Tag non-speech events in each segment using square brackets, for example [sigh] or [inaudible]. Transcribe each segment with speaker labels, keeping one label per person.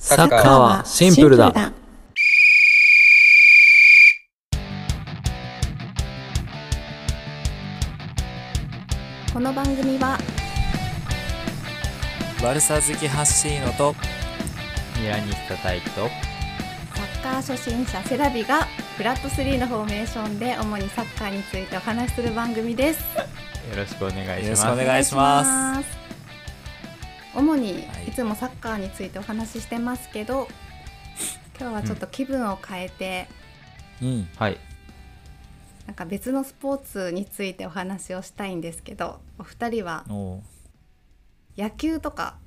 Speaker 1: サッカーはシンプルだ。
Speaker 2: この番組は
Speaker 3: 悪さ好きハッシーノと
Speaker 4: ミラニスタタイと
Speaker 2: サッカー初心者セラビがフラット3のフォーメーションで主にサッカーについてお話しする番組です。。
Speaker 4: よろしくお願いし
Speaker 3: よ
Speaker 4: ま
Speaker 3: ろし
Speaker 4: す
Speaker 3: くお願いします
Speaker 2: 主に
Speaker 3: はい
Speaker 2: いつもサッカーについてお話ししてますけど、今日はちょっと気分を変えて、
Speaker 3: うん
Speaker 4: はい
Speaker 2: なんか別のスポーツについてお話をしたいんですけど、お二人は
Speaker 3: おう
Speaker 2: 野球とか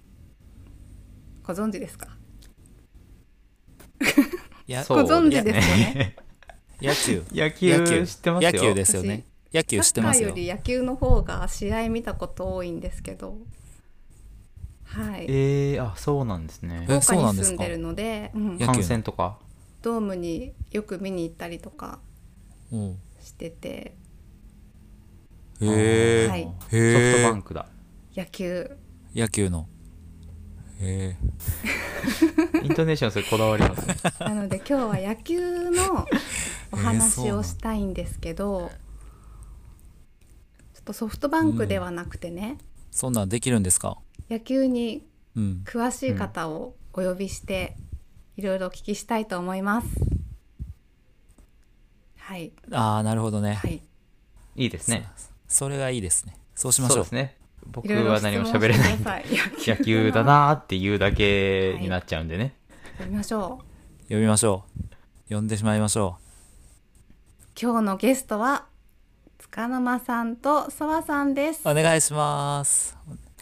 Speaker 2: ご存知ですか？
Speaker 3: いや
Speaker 4: そう
Speaker 2: ご存知ですよね
Speaker 3: 野球
Speaker 4: 野球知ってますよ
Speaker 3: 野球ですよね野球知っ
Speaker 2: サッカ
Speaker 3: てま
Speaker 2: ー
Speaker 3: す
Speaker 2: よ
Speaker 3: よ
Speaker 2: り野球の方が試合見たこと多いんですけど、はい。
Speaker 4: えー、あそうなんですね
Speaker 3: え
Speaker 2: 福
Speaker 3: そう
Speaker 2: 岡
Speaker 3: なん
Speaker 2: に
Speaker 3: で
Speaker 2: 住
Speaker 3: す
Speaker 2: ん
Speaker 3: か
Speaker 2: でるので、うん
Speaker 3: 野球
Speaker 4: 観戦とか
Speaker 2: ドームによく見に行ったりとか
Speaker 3: おう
Speaker 2: してて、
Speaker 3: へ
Speaker 2: はい、
Speaker 3: えへー
Speaker 4: ソフトバンクだ
Speaker 2: 野球
Speaker 3: 野球のへ
Speaker 4: イントネーションそれこだわりますね
Speaker 2: なので今日は野球
Speaker 4: [laughs]
Speaker 2: のお
Speaker 3: えーそう
Speaker 2: 話
Speaker 3: なの
Speaker 2: をしたいんですけど、ちょっとソフトバンクではなくてね、
Speaker 3: えそんなんできるんですか
Speaker 2: 野球に
Speaker 3: うん
Speaker 2: 詳しい方をお呼びして、いろいろお聞きしたいと思います。はい、
Speaker 3: ああなるほどね
Speaker 2: はい、
Speaker 4: いいですね
Speaker 3: それがいいですねそうしまし
Speaker 4: そう
Speaker 3: ょう
Speaker 4: ですね僕
Speaker 2: いろいろ
Speaker 4: は
Speaker 2: 質
Speaker 4: 何も
Speaker 2: 問して
Speaker 4: 喋れないん
Speaker 2: くだ
Speaker 4: で
Speaker 2: さい。野
Speaker 4: 野球だなーっていうだけになっちゃうんでね、
Speaker 2: やりましょう。
Speaker 3: 呼びましょう呼んでしまいましょ
Speaker 2: 今日のゲストは塚沼さんと澤さんです
Speaker 3: う。お願いします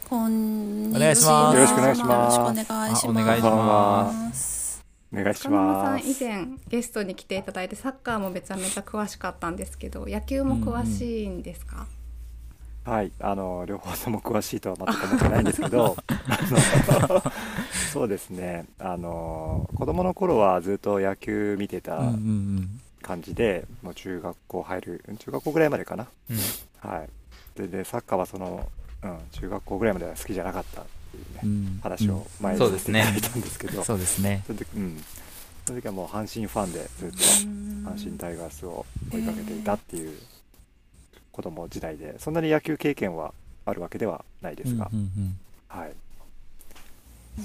Speaker 5: こんに
Speaker 3: お
Speaker 5: ちは
Speaker 3: 願いしますよろし
Speaker 6: くお願いします
Speaker 5: よろしくお願いします。。
Speaker 4: あお願いします
Speaker 6: お願いし
Speaker 2: 塚沼さ
Speaker 6: ま
Speaker 2: ん以
Speaker 6: す。
Speaker 2: 前ゲストに来ていただいてサッカーもめちゃめちゃ詳しかったんですけど野球も詳しいんですか、
Speaker 6: はい、あの両方とも詳しいとは全く思ってないんですけど、 [laughs] あのそうですね。あの子供の頃はずっと野球見て
Speaker 3: うんうん
Speaker 6: た
Speaker 3: うん
Speaker 6: 感じで、もう中学校入るうん中学校ぐらいまでかな。
Speaker 4: うん
Speaker 6: はい。ででサッカーはその、うん、中学校ぐらいまでは好きじゃなかったっていうね、
Speaker 3: うん
Speaker 6: 話を前に
Speaker 4: そ
Speaker 6: さ
Speaker 4: うで
Speaker 6: せ
Speaker 4: す
Speaker 6: てい
Speaker 4: ね
Speaker 6: ただいたんですけ
Speaker 3: う
Speaker 6: ど、
Speaker 3: んそうですね
Speaker 6: その時うん、その時はもう阪神ファンでずっと阪神タイガースを追いかけていたっていう子供時代でそんなに野球経験はあるわけではないですが、
Speaker 3: うんうんうん
Speaker 6: はい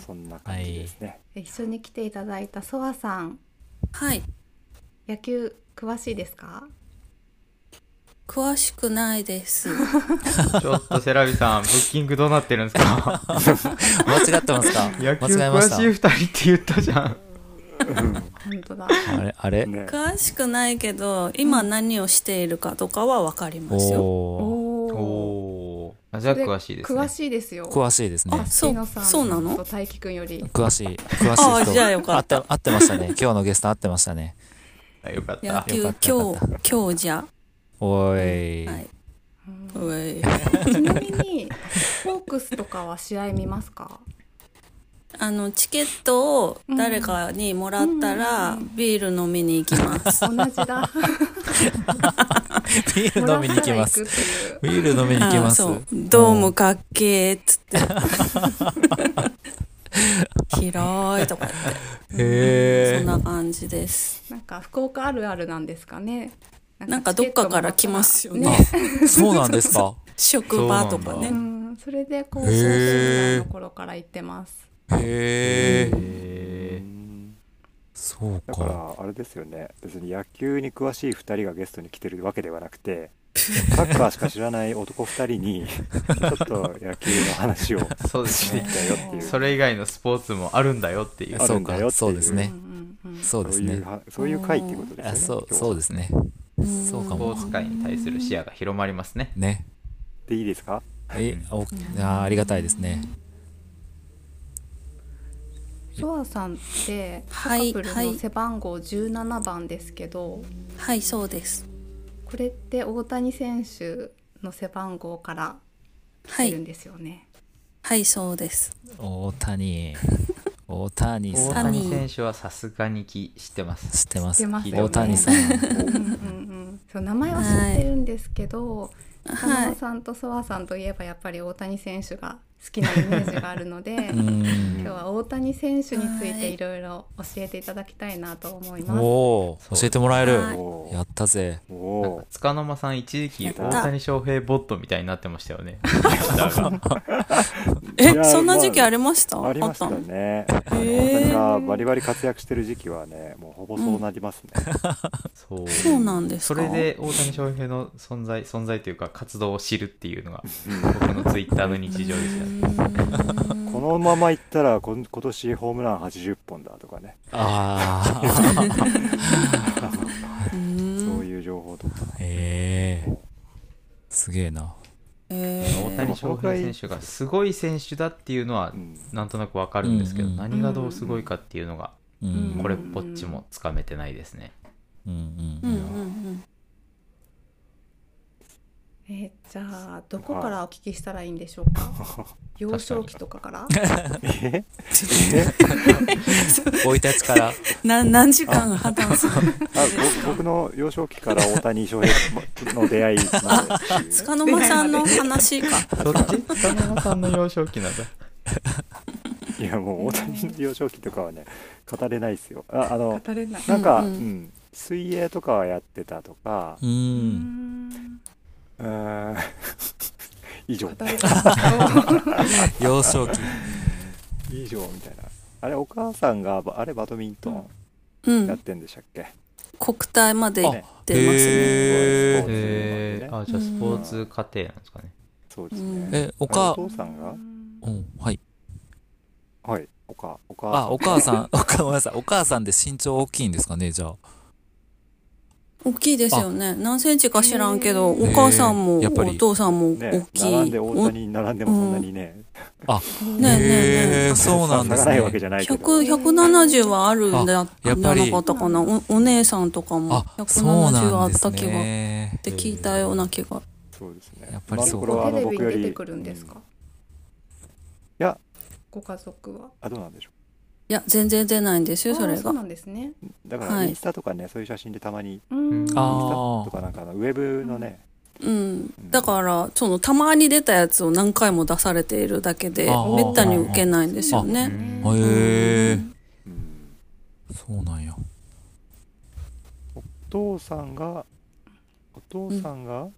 Speaker 6: そんな感じですね、
Speaker 2: 一緒に来ていただいたソワさん
Speaker 5: はい。
Speaker 2: 野球詳しいですか
Speaker 5: 詳しくないです。
Speaker 4: ちょっとセラビさんブッキングどうなってるんですか
Speaker 3: 間違ってますか
Speaker 4: [laughs] 野球
Speaker 3: [laughs] 間違えま
Speaker 4: 詳
Speaker 3: した
Speaker 4: しい2人って言ったじゃん
Speaker 2: 本当だ
Speaker 3: あれあれ、
Speaker 6: ね
Speaker 5: [laughs] 詳しくないけど、今何をしているかとかはわかり
Speaker 3: お
Speaker 5: ます
Speaker 3: お
Speaker 5: よ。
Speaker 2: おー
Speaker 4: おーあじゃあ詳しいですね
Speaker 2: 詳しいですよ
Speaker 3: 詳しいですね
Speaker 5: あそう
Speaker 2: 猪野さん
Speaker 5: そうなの
Speaker 2: と大輝くんより
Speaker 3: 詳しい詳しい人
Speaker 5: あじゃあよかった
Speaker 3: 合って合ってましたね今日のゲスト合ってましたね
Speaker 4: あよかっ
Speaker 5: 野
Speaker 4: た
Speaker 5: 球
Speaker 3: よか
Speaker 5: 今
Speaker 3: ったよかっ
Speaker 5: 日、今日じゃ。
Speaker 3: おーい、
Speaker 5: はい。うえい
Speaker 2: ちなみにホークスとかは試合見ますか
Speaker 5: あの、チケットを誰かにもらったら、ビール飲みに行きます。
Speaker 2: 同じ
Speaker 5: [laughs]
Speaker 2: だ
Speaker 3: ビール飲みに行きます
Speaker 2: もらったら行くっていう
Speaker 3: ビール飲みに [laughs] 行きます
Speaker 5: そう。ドームかっけーっつって。
Speaker 3: [laughs]
Speaker 5: 広いとか言って。そ
Speaker 3: へ
Speaker 5: んな感じです。
Speaker 2: なんか福岡あるあるなんですかね。
Speaker 5: なんかどっかから来ますよね。
Speaker 3: えそうなんですか
Speaker 5: 職場とか
Speaker 4: そうなんだ
Speaker 2: う
Speaker 5: ね。
Speaker 2: ん、それで高校
Speaker 3: へ
Speaker 2: 生ぐら
Speaker 3: ー
Speaker 2: いの頃から行ってます。
Speaker 3: へえ
Speaker 4: え
Speaker 3: そう
Speaker 6: だか
Speaker 3: から
Speaker 6: あれですよね別に野球に詳しい2人がゲストに来てるわけではなくてサッカーしか知らない男2人にちょっと野球の話を
Speaker 4: ーそうですね
Speaker 6: 来たよっていう
Speaker 4: それ以外のスポーツもあるんだよっていう
Speaker 6: あ
Speaker 3: そ
Speaker 6: る
Speaker 3: うん
Speaker 6: だ
Speaker 3: か
Speaker 6: よっていう
Speaker 3: そうですね
Speaker 2: う、んうんうん
Speaker 3: そうですね
Speaker 6: そういうはそういう回っていうことですよ
Speaker 3: あそう
Speaker 6: ね今日
Speaker 3: そ
Speaker 6: は
Speaker 3: うですねそうか
Speaker 4: スポ
Speaker 3: も
Speaker 4: ーツ界に対する視野が広まりますね
Speaker 3: ね
Speaker 6: でいいですか
Speaker 3: えおあーありがたいですね
Speaker 2: ソワさんってサ
Speaker 5: はい
Speaker 2: カプルの背番号17番ですけど、
Speaker 5: はい、そうです。
Speaker 2: これって大谷選手の背番号から
Speaker 5: は
Speaker 2: 来てるん
Speaker 5: い、
Speaker 2: ですよね。
Speaker 5: はい、そうです。
Speaker 3: 大谷大谷
Speaker 4: 大
Speaker 3: さん
Speaker 4: 谷選手はさすがにき知ってます
Speaker 3: 知って
Speaker 2: 知
Speaker 3: ま
Speaker 2: って
Speaker 3: す
Speaker 2: ますよね
Speaker 3: 大谷さん
Speaker 2: うんうんそう名前は知ってるんですけど、中
Speaker 5: は
Speaker 2: 野
Speaker 5: い、
Speaker 2: さんとソワさんといえばやっぱり大谷選手が好きなイメージがあるので、
Speaker 3: うん
Speaker 2: 今日は大谷選手についていろいろ教えていただきたいなと思います。
Speaker 3: おお
Speaker 4: そう
Speaker 3: 教えてもらえる
Speaker 5: はい
Speaker 6: おー
Speaker 3: やったぜ
Speaker 6: おー
Speaker 4: つかの間さん一時期
Speaker 5: やった
Speaker 4: 大谷翔平ボットみたいになってましたよ
Speaker 5: [laughs]
Speaker 4: ね。
Speaker 6: いや
Speaker 5: え、そんな時期ありました
Speaker 6: ありました
Speaker 5: あっ
Speaker 6: ね。
Speaker 5: たの
Speaker 6: 大
Speaker 5: へ
Speaker 6: 谷
Speaker 5: え
Speaker 6: がバリバリ活躍してる時期はね、もうほぼそうなりますね。
Speaker 4: そう。
Speaker 5: そうなんです
Speaker 4: そ
Speaker 5: か
Speaker 4: れで大谷翔平の存在、存在というか活動を知るっていうのが僕のツイッターの日常でしたね。
Speaker 6: [laughs] このままいったらこん今年ホームラン80本だとかね、
Speaker 3: ああ
Speaker 6: そういう情報とか。
Speaker 3: [laughs] ええすげえな
Speaker 5: え
Speaker 4: 大谷翔平選手がすごい選手だっていうのは
Speaker 6: うん
Speaker 4: なんとなくわかるんですけど、
Speaker 3: うんうん
Speaker 4: 何がどうすごいかっていうのが
Speaker 3: うん
Speaker 5: うん
Speaker 4: これっぽっちもつかめてないですね。
Speaker 3: うん
Speaker 5: ー、うんうん
Speaker 2: えーじゃあどこからお聞きしたらいいんでしょうか。
Speaker 6: [laughs]
Speaker 2: 幼少期とかから。
Speaker 6: え
Speaker 3: 生い立ち
Speaker 5: [laughs]
Speaker 3: から
Speaker 5: うん。な何時
Speaker 6: [laughs]
Speaker 5: 間破綻する
Speaker 6: あぼ僕の幼少期から大谷翔平の出会いまでって [laughs] いうね
Speaker 5: つかの間さんの話か。
Speaker 4: そっ
Speaker 5: [laughs]
Speaker 4: ち北山さんの幼少期なんだ。
Speaker 6: いやもう大谷の幼少期とかはね語れないですよああの
Speaker 2: 語れない。
Speaker 6: なんか、
Speaker 5: う
Speaker 6: うんん
Speaker 5: うん
Speaker 6: 水泳とかはやってたとか
Speaker 3: う
Speaker 2: うんん。
Speaker 6: うー [laughs] ん以上
Speaker 2: 語れない。
Speaker 3: 幼少期
Speaker 6: 以上みたいなあれお母さんがばあれバドミントン
Speaker 5: う
Speaker 6: やっ
Speaker 5: ん。
Speaker 6: てんでしたっけ、
Speaker 5: 国体まで行ってますね。
Speaker 3: へ
Speaker 6: そう
Speaker 3: え
Speaker 6: ですね
Speaker 4: あじゃあスポーツ家庭なんですかね。
Speaker 6: そうですね、
Speaker 3: えお
Speaker 6: お
Speaker 3: か
Speaker 6: 父さんが
Speaker 3: うんはい
Speaker 6: はいおかおか
Speaker 3: あお母さんお [laughs] かごめんなさいお母さんで身長大きいんですかねじゃあ
Speaker 5: 大きいですよね。何センチか知らんけど、
Speaker 2: へー
Speaker 5: お母さんも
Speaker 3: やっぱ
Speaker 5: お
Speaker 3: り
Speaker 5: 父さんも大
Speaker 6: [laughs] ね
Speaker 5: きい。
Speaker 6: 並んで大
Speaker 5: おね
Speaker 6: 谷に並んでもそんなにね、
Speaker 5: えねえね
Speaker 3: へ
Speaker 5: え。
Speaker 3: えそうなんで
Speaker 6: 差
Speaker 3: す
Speaker 6: がない
Speaker 3: ね
Speaker 6: わけじゃないけど
Speaker 5: 100 170はあるんだ
Speaker 3: あやっぱり
Speaker 5: なかったかなおお姉さんとかも
Speaker 3: あそう
Speaker 5: 170
Speaker 3: な
Speaker 5: あ
Speaker 3: ん
Speaker 5: っ
Speaker 3: です
Speaker 5: た気がっ
Speaker 3: ね
Speaker 5: て聞いたような気が
Speaker 6: そうですね
Speaker 3: やっぱりそう
Speaker 6: 今のところはあ
Speaker 2: テ
Speaker 6: の
Speaker 2: レビ
Speaker 6: 僕
Speaker 2: に
Speaker 6: よ
Speaker 2: 出
Speaker 6: り
Speaker 2: てくるんですか。
Speaker 6: や。
Speaker 2: ご家族は。
Speaker 6: あどうなんでしょ
Speaker 5: いや全然出ないんですよそ
Speaker 2: あ
Speaker 5: れ
Speaker 2: ーそう
Speaker 5: が
Speaker 2: なんですね。
Speaker 6: うだか
Speaker 5: は
Speaker 6: ら
Speaker 5: い
Speaker 6: インスタとかね、そういう写真でたまに
Speaker 2: うん。
Speaker 3: あ
Speaker 6: インスタ
Speaker 3: ー
Speaker 6: とかなんかあのウェブのね、
Speaker 5: うんだからそのたまに出たやつを何回も出されているだけで
Speaker 3: あー
Speaker 5: めったに受けないんですよ
Speaker 4: う
Speaker 5: ね
Speaker 4: ん
Speaker 3: へえ
Speaker 6: うん、
Speaker 3: そうなんや
Speaker 6: お父さんがお父さんが、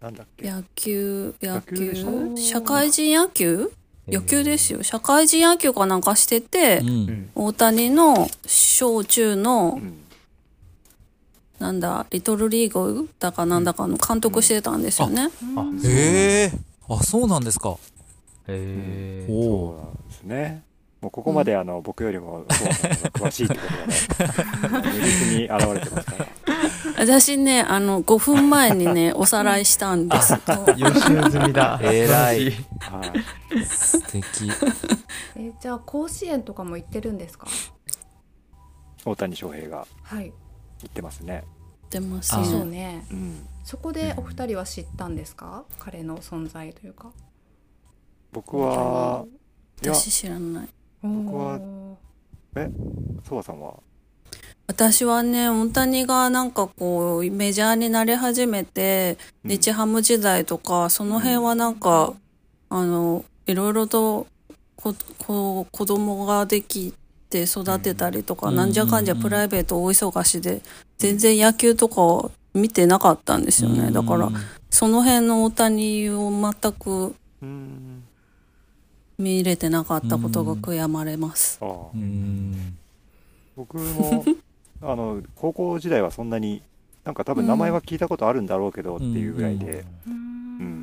Speaker 6: なんだっけ
Speaker 5: 野球野
Speaker 6: 野球でし
Speaker 5: 球
Speaker 6: ょ
Speaker 5: 社会人野球野球ですよ社会人野球かなんかしてて
Speaker 3: うん
Speaker 5: 大谷の小中の
Speaker 6: うん
Speaker 5: なんだ、リトルリーグだかなんだかの監督してたんですよね。
Speaker 4: あ
Speaker 3: へえあそうなんですか
Speaker 4: へ
Speaker 3: お
Speaker 4: ー
Speaker 6: そう
Speaker 3: お
Speaker 6: なんですねもうここまであの、僕よりもお父さんの方が詳しいってことがね [laughs] 無実に現れてますから
Speaker 5: 私ね、あの、5分前にね、おさらいしたんです。
Speaker 4: 予習済み
Speaker 5: [laughs]
Speaker 4: だ
Speaker 3: 偉い
Speaker 4: 素晴らし
Speaker 6: はい
Speaker 3: 素敵
Speaker 2: えーじゃあ甲子園とかも行ってるんですか。
Speaker 6: 大谷翔平が
Speaker 2: はい。
Speaker 6: 言ってますね、
Speaker 5: 出ます
Speaker 3: あ
Speaker 2: そう
Speaker 5: ね。
Speaker 2: ね。
Speaker 6: うん、
Speaker 2: そこでお二人は知ったんですか。彼の存在というか。
Speaker 6: 僕は
Speaker 5: 私
Speaker 6: いや
Speaker 5: 私知らない。
Speaker 2: 僕
Speaker 6: はそうさんは
Speaker 5: 私はね、大谷がなんかこう、メジャーになり始めて、
Speaker 6: うん
Speaker 5: 日ハム時代とか、その辺はなんか、あの、いろいろと、こ、こう、子供ができて育てたりとか、
Speaker 3: うん
Speaker 5: なんじゃかんじゃ
Speaker 3: うん
Speaker 5: プライベート大忙しで、全然野球とかを見てなかったんですよね。だから
Speaker 3: うん、
Speaker 5: その辺の大谷を全く
Speaker 6: うん
Speaker 5: 見れてなかったことが悔やまれます。
Speaker 6: ああ
Speaker 3: うん
Speaker 6: 僕もあの高校時代はそんなになんか多分名前は聞いたことあるんだろうけどっていうぐらいで、うん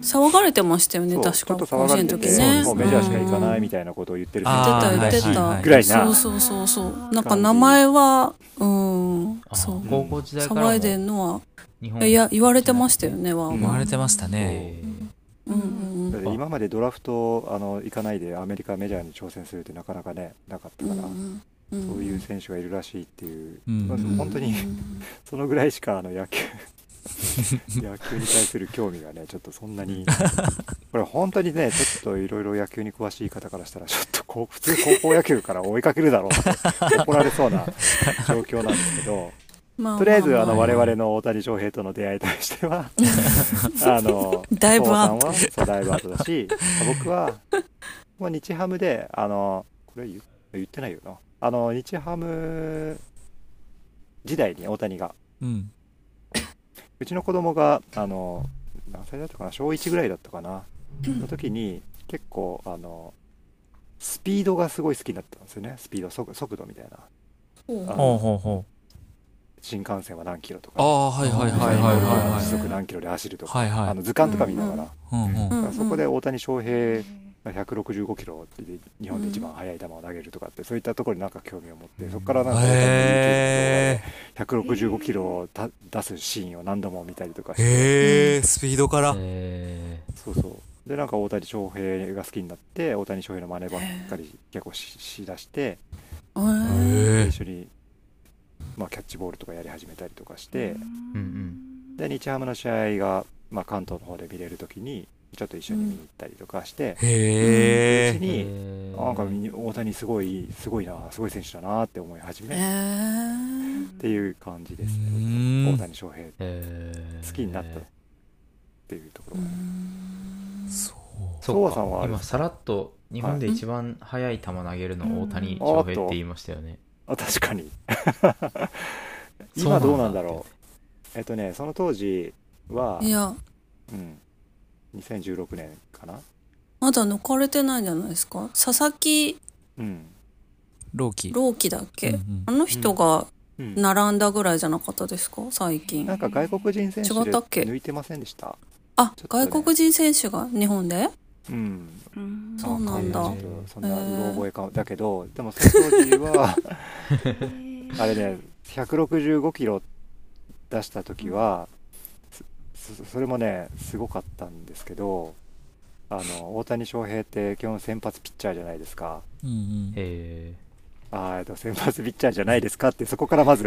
Speaker 5: 騒がれてましてよね、
Speaker 6: そう
Speaker 5: 確
Speaker 6: ちょ
Speaker 5: か。
Speaker 6: っと
Speaker 5: 甲子
Speaker 6: 騒が
Speaker 5: 園
Speaker 6: れ
Speaker 5: の
Speaker 6: て
Speaker 5: 時
Speaker 6: て、
Speaker 5: ね。
Speaker 6: もうメジャーしか行かないみ
Speaker 5: た
Speaker 6: たいなことを言ってる
Speaker 3: あ
Speaker 6: 人
Speaker 3: ー
Speaker 5: 言ってた、言って
Speaker 3: はいはいは
Speaker 5: た。
Speaker 3: い
Speaker 6: ぐらい
Speaker 5: そ
Speaker 6: な
Speaker 5: うそうそうそう。なんか名前は、うん、
Speaker 4: あ
Speaker 5: そう。
Speaker 4: 高校時代からも
Speaker 5: 騒いでんの
Speaker 4: 日
Speaker 5: は、
Speaker 4: 本
Speaker 5: いや、言われてましたよね、わ
Speaker 6: うん
Speaker 3: 言わ
Speaker 5: わ。
Speaker 3: れてましたね
Speaker 4: へ
Speaker 5: うんうんう
Speaker 6: だ
Speaker 5: ん
Speaker 6: って今までドラフトあの行かないでアメリカメジャーに挑戦するってなかなかねなかった
Speaker 5: う
Speaker 6: から、
Speaker 5: んう。
Speaker 6: そうんいう選手がいるらしいっていう、
Speaker 3: うん
Speaker 6: まあ
Speaker 3: うん
Speaker 6: 本当にそのぐらいしかあ
Speaker 5: [laughs]
Speaker 6: の野球野球に対する興味がねちょっとそん
Speaker 5: [laughs]
Speaker 6: なにこれ本当にねちょっといろいろ野球に詳しい方からしたらちょっとこう普通高校野球から追いかけるだろうって怒られそうな状況なんですけど
Speaker 5: [laughs] まあ
Speaker 6: とりあえず、あの、
Speaker 5: ま
Speaker 6: 我々の大谷翔平との出会いに対し
Speaker 5: [laughs]
Speaker 6: ては、あの、
Speaker 5: だいぶアッ
Speaker 6: 父さんはそうだいぶアップだし、僕は、もう日ハムで、あの、これ言言ってないよな。あの、日ハム時代に大谷が、
Speaker 3: うん。
Speaker 6: うちの子供が、あの、何歳だったかな、小1ぐらいだったかな、の時に、結構、あの、スピードがすごい好きになったんですよね。スピード、速速度みたいな。
Speaker 5: ほ
Speaker 6: あ
Speaker 3: ほうほうほう。
Speaker 6: 新幹線は何キロとか、
Speaker 3: ああ、はいはいはいはいは
Speaker 6: 時速何キロで走るとか、
Speaker 3: はいはい
Speaker 6: あの図鑑とか見ながら、
Speaker 3: い。うんうん。
Speaker 5: う
Speaker 6: だから
Speaker 5: ん
Speaker 6: そこで大谷翔平
Speaker 2: う
Speaker 6: が165キロで日本で一番速い球を投げるとかって、そういったところになんか興味を持ってそこからなんか大谷の YouTube
Speaker 3: へ
Speaker 6: とかで165キロをた出すシーンを何度も見たりとかし
Speaker 3: え。
Speaker 6: て
Speaker 3: へえ、スピードから。
Speaker 7: え
Speaker 6: そうそうでなんか大谷翔平が好きになって大谷翔平の真似ばっかり結構ししだして
Speaker 5: ううん
Speaker 3: へえ
Speaker 6: 一。緒に、まあ、キャッチボールとかやり始めたりとかして
Speaker 4: うんうん
Speaker 6: で日ハムの試合が、まあ、関東の方で見れる時にちょっと一緒に見に行ったりとかして、
Speaker 3: へえ。
Speaker 6: うちに
Speaker 7: ー
Speaker 6: なんかみ大谷すごいすごいなすごい選手だなって思い始
Speaker 5: え
Speaker 6: めっ
Speaker 5: ー
Speaker 6: ていう感じです
Speaker 3: う
Speaker 6: ね
Speaker 3: ーん
Speaker 6: 大谷翔平
Speaker 7: えー
Speaker 6: 好きになったっていうところ
Speaker 5: う
Speaker 6: が
Speaker 5: ん、
Speaker 3: そう。
Speaker 6: そうかさんはあれ
Speaker 7: 今さらっと日本で一番速い球投げるの大谷翔平って言いましたよね。
Speaker 6: あ確かに
Speaker 7: そうなん
Speaker 6: 今
Speaker 7: だ
Speaker 6: どうなんだろうえっとねその当時はい
Speaker 5: や
Speaker 6: うん、2016年かな
Speaker 5: まだ抜かれてないんじゃないですか佐々木
Speaker 6: うん、
Speaker 3: ローキー。
Speaker 5: 朗希だっけ、
Speaker 3: うん
Speaker 5: あの人が
Speaker 6: うん
Speaker 5: 並んだぐらいじゃなかったですか最近
Speaker 6: なんか外国人選手
Speaker 5: 違っ
Speaker 6: で
Speaker 5: たっけ
Speaker 6: 抜いてませんでした
Speaker 5: あ、
Speaker 6: ちょっとね
Speaker 5: 外国人選手が日本で
Speaker 6: うん
Speaker 2: ん
Speaker 5: そうなんだ
Speaker 6: ちょっとそんなうろ覚えかだけどでもその当時はあれね、165キロ出した時は、そそそれもね、すごかったんですけど、あの大谷翔平って基本先発ピッチャーじゃないですか。
Speaker 3: うんうん。
Speaker 7: え
Speaker 6: あーえっと先発ピッチャーじゃないですかってそこから
Speaker 3: [laughs]
Speaker 6: まず、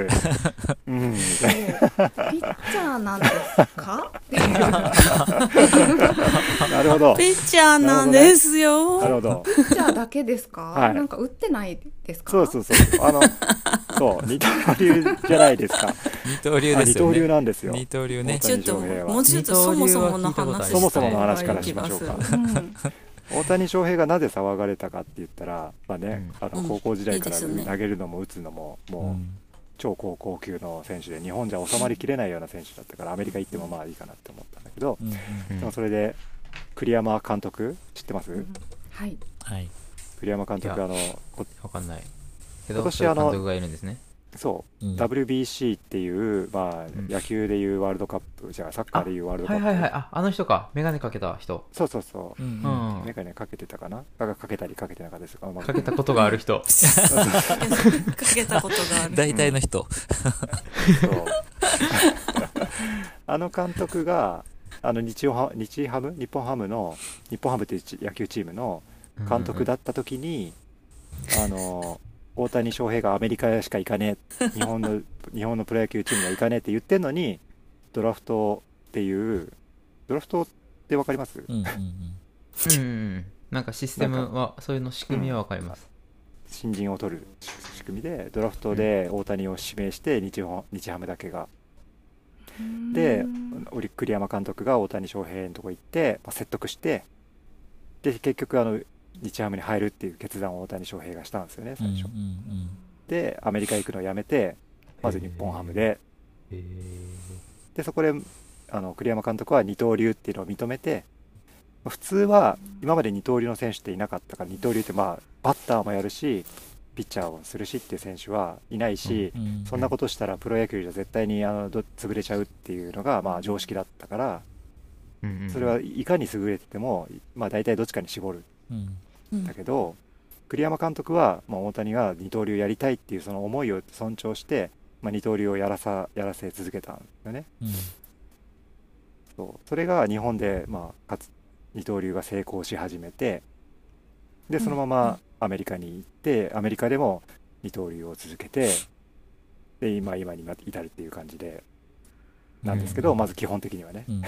Speaker 6: うん、みたい
Speaker 2: ピッチャーなんですか
Speaker 6: ななるほど、
Speaker 5: ピッチャーなんですよ。
Speaker 6: なるほど、
Speaker 2: ピッチャーだけですか、
Speaker 6: はい
Speaker 2: なんか打ってないですか
Speaker 6: そうそうそう、あの、そう二刀流じゃないですか、
Speaker 3: 二刀流
Speaker 6: あ
Speaker 3: です
Speaker 6: 二
Speaker 3: よ
Speaker 6: 刀流
Speaker 3: ね。
Speaker 6: なんですよ。
Speaker 3: 二刀流ね。
Speaker 5: ちょっと、
Speaker 6: 大谷翔平は
Speaker 5: もうちょっとそもそもの話
Speaker 6: そもそもの話からしましょうか
Speaker 5: いきま。す
Speaker 2: うん
Speaker 6: 大谷翔平がなぜ騒がれたかって言ったら、まあね、あ
Speaker 5: う
Speaker 6: の
Speaker 5: ん
Speaker 6: 高校時代か
Speaker 5: い
Speaker 6: ら
Speaker 5: いですね
Speaker 6: 投げるのも打つのも、
Speaker 3: う
Speaker 6: もうん超高校級の選手で、日本じゃ収まりきれないような選手だったから、アメリカ行ってもまあいいかなって思ったんだけど、
Speaker 3: うんうん
Speaker 6: でもそれで栗山監督、知ってます、
Speaker 2: はい
Speaker 3: はい。
Speaker 6: 栗山監督、
Speaker 7: いや
Speaker 6: あのこ
Speaker 7: わかんない。け
Speaker 6: 今
Speaker 7: ど、
Speaker 6: 年
Speaker 7: そういう
Speaker 6: あの
Speaker 7: 監督がいるんですね。
Speaker 6: そうう、
Speaker 3: ん
Speaker 6: WBC っていう、まあ、
Speaker 7: ん
Speaker 6: 野球でいうワールドカップ、じゃあサッカーでいうワールドカ
Speaker 7: はい
Speaker 6: ップ、
Speaker 7: はいはい。あ、あの人か。メガネかけた人。
Speaker 6: そうそうそうう、
Speaker 3: ん
Speaker 7: う
Speaker 3: うん
Speaker 7: ん
Speaker 6: メ。ガネかけてたかな、あかけたりかけてなかったですか、まあ
Speaker 7: かけたことがある人。
Speaker 5: かけたことがある。
Speaker 3: 大体の人。
Speaker 6: そう [laughs] あの監督があの日曜ハ日ハム日本ハムの日本ハムというチ野球チームの [laughs] 監督だった時に、あの大谷翔平がアメリカしか行かねえ日本の [laughs] 日本のプロ野球チームが行かねえって言ってんのにドラフトっていうドラフトって分かります
Speaker 3: うんうんう
Speaker 7: う
Speaker 3: ん。
Speaker 7: んうんうん。なんかシステムは、そういうの仕組みはわかります。
Speaker 6: 新人を取る仕組みでドラフトで大谷を指名して日本日ハムだけがでオリ栗山監督が大谷翔平のとこ行って、まあ、説得してで結局あの日ハムに入るっていう決断を大谷翔平がしたんですよね
Speaker 3: うんう
Speaker 6: 最初、
Speaker 3: ん
Speaker 6: でアメリカ行くのをやめてまず日本ハムで
Speaker 7: へー。
Speaker 6: でそこであの栗山監督は二刀流っていうのを認めて普通は今まで二刀流の選手っていなかったから二刀流ってまあバッターもやるしピッチャーもするしっていう選手はいないし、
Speaker 3: うんうん。
Speaker 6: そんなことしたらプロ野球じゃ絶対にあのど潰れちゃうっていうのがまあ常識だったから
Speaker 7: うんうん
Speaker 6: それはいかに優れてても、まあ、大体どっちかに絞る
Speaker 3: うん
Speaker 6: んだけど、栗山監督は、まあ、大谷が二刀流やりたいっていうその思いを尊重して、まあ、二刀流をやらさやらせ続けたんですよね。
Speaker 3: うん
Speaker 6: そうそれが日本で、まあ、かつ二刀流が成功し始めてでそのままアメリカに行ってアメリカでも二刀流を続けてで今今に至るっていう感じでなんですけど、
Speaker 7: うん
Speaker 6: まず基本的にはね。
Speaker 3: うんうん。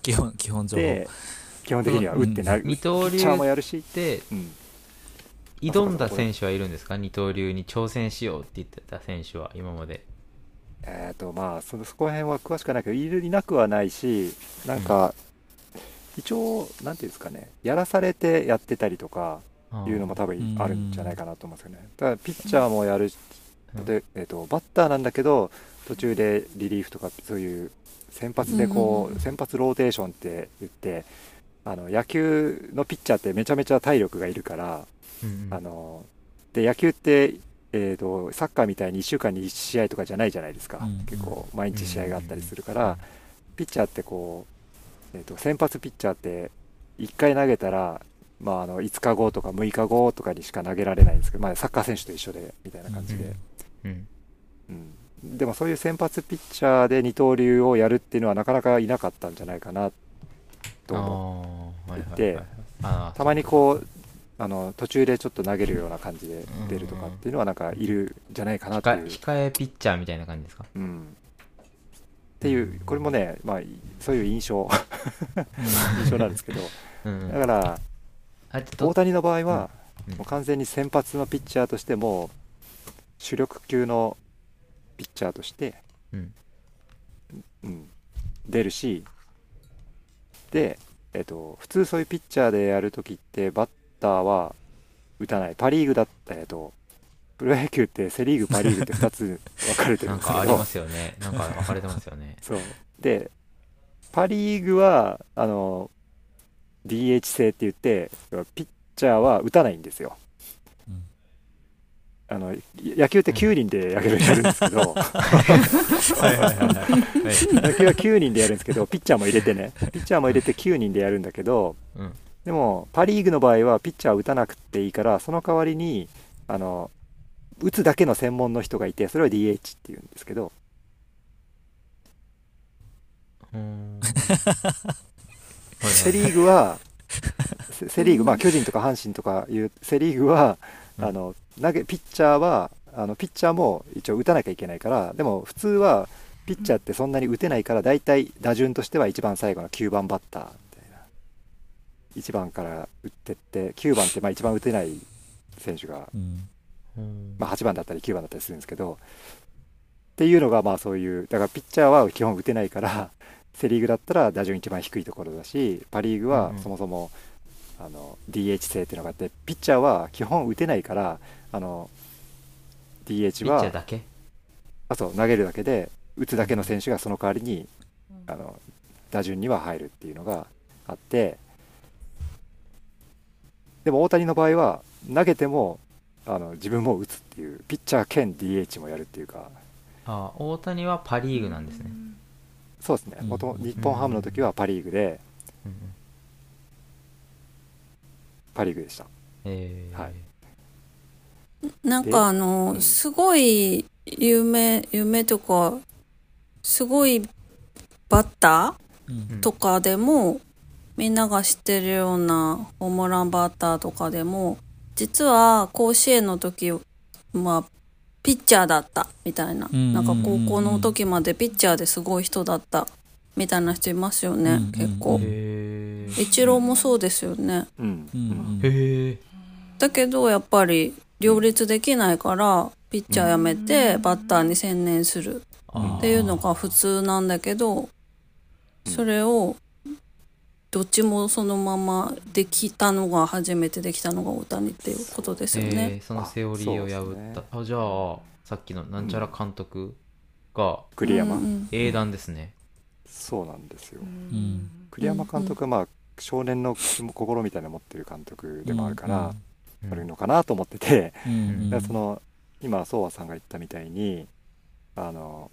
Speaker 3: 基本、基本情報。
Speaker 6: で基本的には打ってなる、
Speaker 7: 二
Speaker 6: ピ
Speaker 7: 刀
Speaker 6: ッ
Speaker 7: 流
Speaker 6: チャーもやるし、
Speaker 7: で
Speaker 6: うん、
Speaker 7: 挑んだ選手はいるんですか二刀流に挑戦しようって言ってた選手は今まで
Speaker 6: えーとまあ、そのそこら辺は詳しくはないけどいるいなくはないしなんか、一応なんていうんですかねやらされてやってたりとかいうのも多分あるんじゃないかなと思うんですよねだからピッチャーもやる
Speaker 7: うん
Speaker 6: で、えー、とバッターなんだけど途中でリリーフとかそういう先発で
Speaker 5: うん
Speaker 6: こ
Speaker 5: うんう
Speaker 6: う先発ローテーションって言ってあの野球のピッチャーってめちゃめちゃ体力がいるから
Speaker 7: うん
Speaker 6: あので野球って、えー、とサッカーみたいに1週間に1試合とかじゃないじゃないですか、
Speaker 3: うん
Speaker 6: 結構毎日試合があったりするから、ピッチャーってこう、えー、と先発ピッチャーって1回投げたら、まあ、あの5日後とか6日後とかにしか投げられないんですけど、まあ、サッカー選手と一緒でみたいな感じで、
Speaker 7: うん
Speaker 6: うんでもそういう先発ピッチャーで二刀流をやるっていうのはなかなかいなかったんじゃないかなと思
Speaker 7: あー
Speaker 6: う
Speaker 7: はいはいはい
Speaker 6: で
Speaker 7: はいあー
Speaker 6: たまにこうあの途中でちょっと投げるような感じで出るとかっていうのはなんかいるんじゃないかなって
Speaker 7: 控え
Speaker 6: いう、
Speaker 7: 控えピッチャーみたいな感じですか
Speaker 6: うん、っていうこれもね、まあ、そういう
Speaker 7: [laughs]
Speaker 6: 印象 [laughs] 印象なんですけど
Speaker 7: うんうん
Speaker 6: だから
Speaker 7: あちょっと
Speaker 6: 大谷の場合は
Speaker 7: うんうん
Speaker 6: もう完全に先発のピッチャーとしても主力級のピッチャーとして、
Speaker 7: うん
Speaker 6: うん出るしで、えっと普通そういうピッチャーでやるときってバッターは打たないパ・リーグだったえっとプロ野球ってセ・リーグパ・リ
Speaker 7: [laughs]
Speaker 6: ーグって2つ分かれてる
Speaker 7: なんん
Speaker 6: ですけ
Speaker 7: かあり
Speaker 6: ど
Speaker 7: ますよねなんか分かれてますよ
Speaker 6: [laughs]
Speaker 7: ね
Speaker 6: そうでパ・リーグはあの DH 制って言ってピッチャーは打たないんですよ、
Speaker 3: うん
Speaker 6: あの野球って9人で野球やるんですけど、
Speaker 7: はいはいはいはい
Speaker 6: 野球は9人でやるんですけどピッチャーも入れてねピッチャーも入れて9人でやるんだけど、
Speaker 7: うん
Speaker 6: でもパ・リーグの場合はピッチャー打たなくていいからその代わりにあの打つだけの専門の人がいてそれを DH っていうんですけど
Speaker 7: うーん
Speaker 6: セ・リーグはセセ・リーグ、まあ、巨人とか阪神とかいうセ・リーグは
Speaker 7: うん
Speaker 6: あの投げピッチャーはあのピッチャーも一応打たなきゃいけないからでも普通はピッチャーってそんなに打てないから大体打順としては一番最後の9番バッターみたいな1番から打ってって9番ってまあ一番打てない選手が、
Speaker 3: うん
Speaker 7: うん
Speaker 6: まあ、8番だったり9番だったりするんですけどっていうのがまあそういうだからピッチャーは基本打てないから [laughs] セ・リーグだったら打順一番低いところだしパ・リーグは
Speaker 7: うんうん
Speaker 6: そもそも、あの DH 制っていうのがあってピッチャーは基本打てないからあの
Speaker 7: ピ
Speaker 6: DH
Speaker 7: ッチャー
Speaker 6: は
Speaker 7: だけ
Speaker 6: あと投げるだけで打つだけの選手がその代わりにあの打順には入るっていうのがあってでも大谷の場合は投げてもあの自分も打つっていうピッチャー兼 DH もやるっていうか
Speaker 7: あー大谷はパ・リーグなんですね
Speaker 6: そうですね、
Speaker 3: うん
Speaker 6: 元々日本ハムの時はパ・リーグで
Speaker 7: うんうん
Speaker 6: パ・リーグでした
Speaker 7: えー
Speaker 6: はい
Speaker 5: [laughs] なんかあ
Speaker 6: う
Speaker 5: の、
Speaker 6: ん
Speaker 5: すごい有名、有名とか、すごいバッタ
Speaker 3: うん
Speaker 5: ーとかでも、みんなが知ってるようなホームランバッターとかでも、実は甲子園の時、まあ、ピッチャーだったみたいな。
Speaker 3: うん
Speaker 5: なんか高校の時までピッチャーですごい人だったみたいな人いますよ
Speaker 3: う
Speaker 5: ね
Speaker 3: ん、
Speaker 5: 結
Speaker 3: う
Speaker 5: 構
Speaker 3: ん。
Speaker 7: へー
Speaker 5: イチローもそうですよね。
Speaker 6: うん
Speaker 3: うんうん
Speaker 7: へえ
Speaker 5: だけどやっぱり両立できないからピッチャーやめてバッターに専念するっていうのが普通なんだけどそれをどっちもそのままできたのが初めてできたのが大谷っていうことですよね。
Speaker 7: えーそのセオリーを破ったあ,、じゃあさっきのなんちゃら監督が
Speaker 6: 栗山、
Speaker 5: うんうん
Speaker 7: 英断ですね、
Speaker 6: そうなんですよ
Speaker 3: うん
Speaker 6: 栗山監督はまあ少年の心みたいなの持ってる監督でもあるから、
Speaker 7: うん
Speaker 6: あるのかなと思ってて
Speaker 3: うん
Speaker 6: だからその今そうわさんが言ったみたいにあの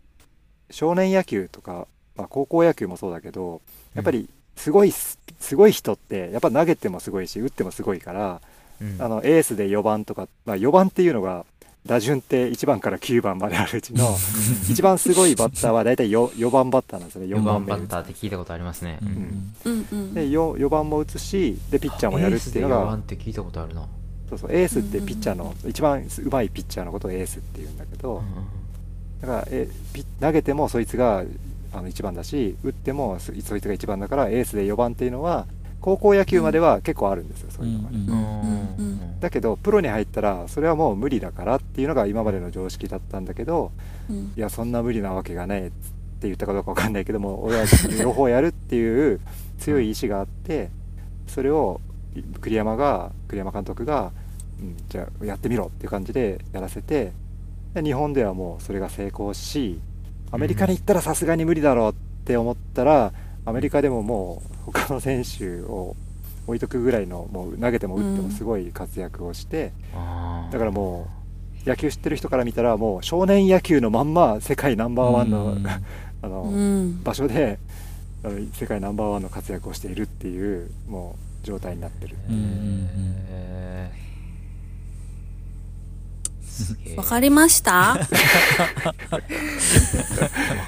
Speaker 6: 少年野球とか、まあ、高校野球もそうだけどやっぱりすごいすすごい人ってやっぱ投げてもすごいし打ってもすごいから
Speaker 7: うん
Speaker 6: あのエースで4番とか、まあ、4番っていうのが打順って1番から9番まであるうちの一番すごいバッターは大体 4, 4番バッターなんですね
Speaker 7: 4
Speaker 6: 4
Speaker 7: 番
Speaker 6: 番目
Speaker 7: バッ
Speaker 6: に
Speaker 7: ターって聞いたことありますね、
Speaker 3: うん
Speaker 7: ピ
Speaker 6: ん
Speaker 5: うんうん
Speaker 6: で 4, 4番も打つしでピッチャーもやるっていうの
Speaker 7: 4
Speaker 6: が
Speaker 7: 番って聞いたことあるな、
Speaker 6: そうそうエースってピッチャーの一番うまいピッチャーのことをエースっていうんだけど、だからえピ投げてもそいつがあの1番だし打ってもそそいつが1番だからエースで4番っていうのは高校野球までは結構あるんですよ、そういうのがね、
Speaker 3: うん
Speaker 5: うんうん
Speaker 6: だけどプロに入ったらそれはもう無理だからっていうのが今までの常識だったんだけど
Speaker 5: うん
Speaker 6: いやそんな無理なわけがねえって言ったかどうかわかんないけども俺は両方やるっていう強い意志があってそれを栗山が栗山監督が、うん、じゃあやってみろっていう感じでやらせてで日本ではもうそれが成功しアメリカに行ったらさすがに無理だろうって思ったらアメリカでももう他の選手を置いとくぐらいのもう投げても打ってもすごい活躍をして、だからもう野球知ってる人から見たらもう少年野球のまんま世界ナンバーワンの,、 [laughs] あの
Speaker 5: うん
Speaker 6: 場所であの世界ナンバーワンの活躍をしているっていうもう状態になってる、
Speaker 7: えーすげえ
Speaker 5: わ
Speaker 7: 分
Speaker 5: かりました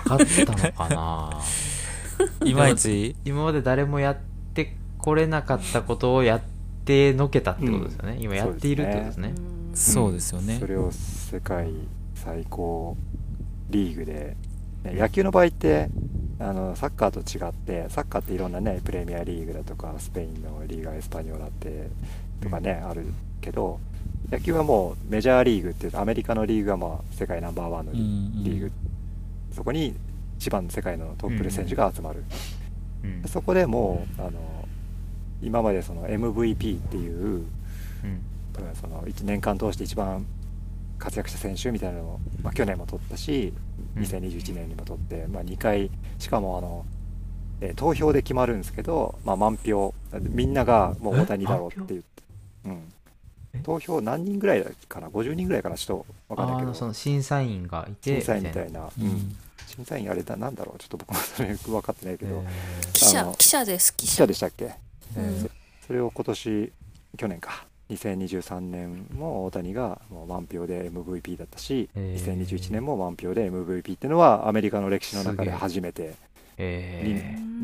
Speaker 7: かったのかな
Speaker 3: いまいち
Speaker 7: 今まで誰もやってこれなかったことをやってのけたってことですよね、今やっているってことですね
Speaker 3: そうですよね
Speaker 6: そ。れを世界最高リーグで、ね野球の場合ってあのサッカーと違ってサッカーっていろんなねプレミアリーグだとかスペインのリーガエスパニョラってとかね、あるけど野球はもうメジャーリーグっていうアメリカのリーグがまあ世界ナンバーワンのリ,、
Speaker 3: うんうん
Speaker 6: リーグそこに一番世界のトップ選手が集まる、
Speaker 7: うん
Speaker 6: そこでもうあの今までその MVP っていう
Speaker 7: うん
Speaker 6: うんその1年間通して一番活躍した選手みたいなのを、まあ、去年も取ったし
Speaker 7: うん
Speaker 6: 2021年にも取って、まあ、2回しかもあの、えー投票で決まるんですけど、まあ、満票みんながもう大谷だろうって言って、うん、投票何人ぐらいかな50人ぐらいかなちょっと分かんない
Speaker 7: あ
Speaker 6: け
Speaker 7: の
Speaker 6: ど
Speaker 7: その審査員がいて
Speaker 6: 審査員みたいな、うん、
Speaker 3: う
Speaker 6: 審査員あれだなんだろうちょっと僕もそれよく分かってないけ
Speaker 7: みたい
Speaker 6: ど、
Speaker 7: なえ
Speaker 5: 記
Speaker 6: あ
Speaker 5: 者
Speaker 6: の
Speaker 5: 記者です記
Speaker 6: 記
Speaker 5: 者
Speaker 6: 者でしたっけ
Speaker 5: うん
Speaker 6: それを今年去年か2023年も大谷がもう満票で MVP だったし、
Speaker 7: へー
Speaker 6: 2021年も満票で MVP ってのはアメリカの歴史の中
Speaker 7: す
Speaker 6: で
Speaker 7: げえ
Speaker 6: 初めて
Speaker 7: え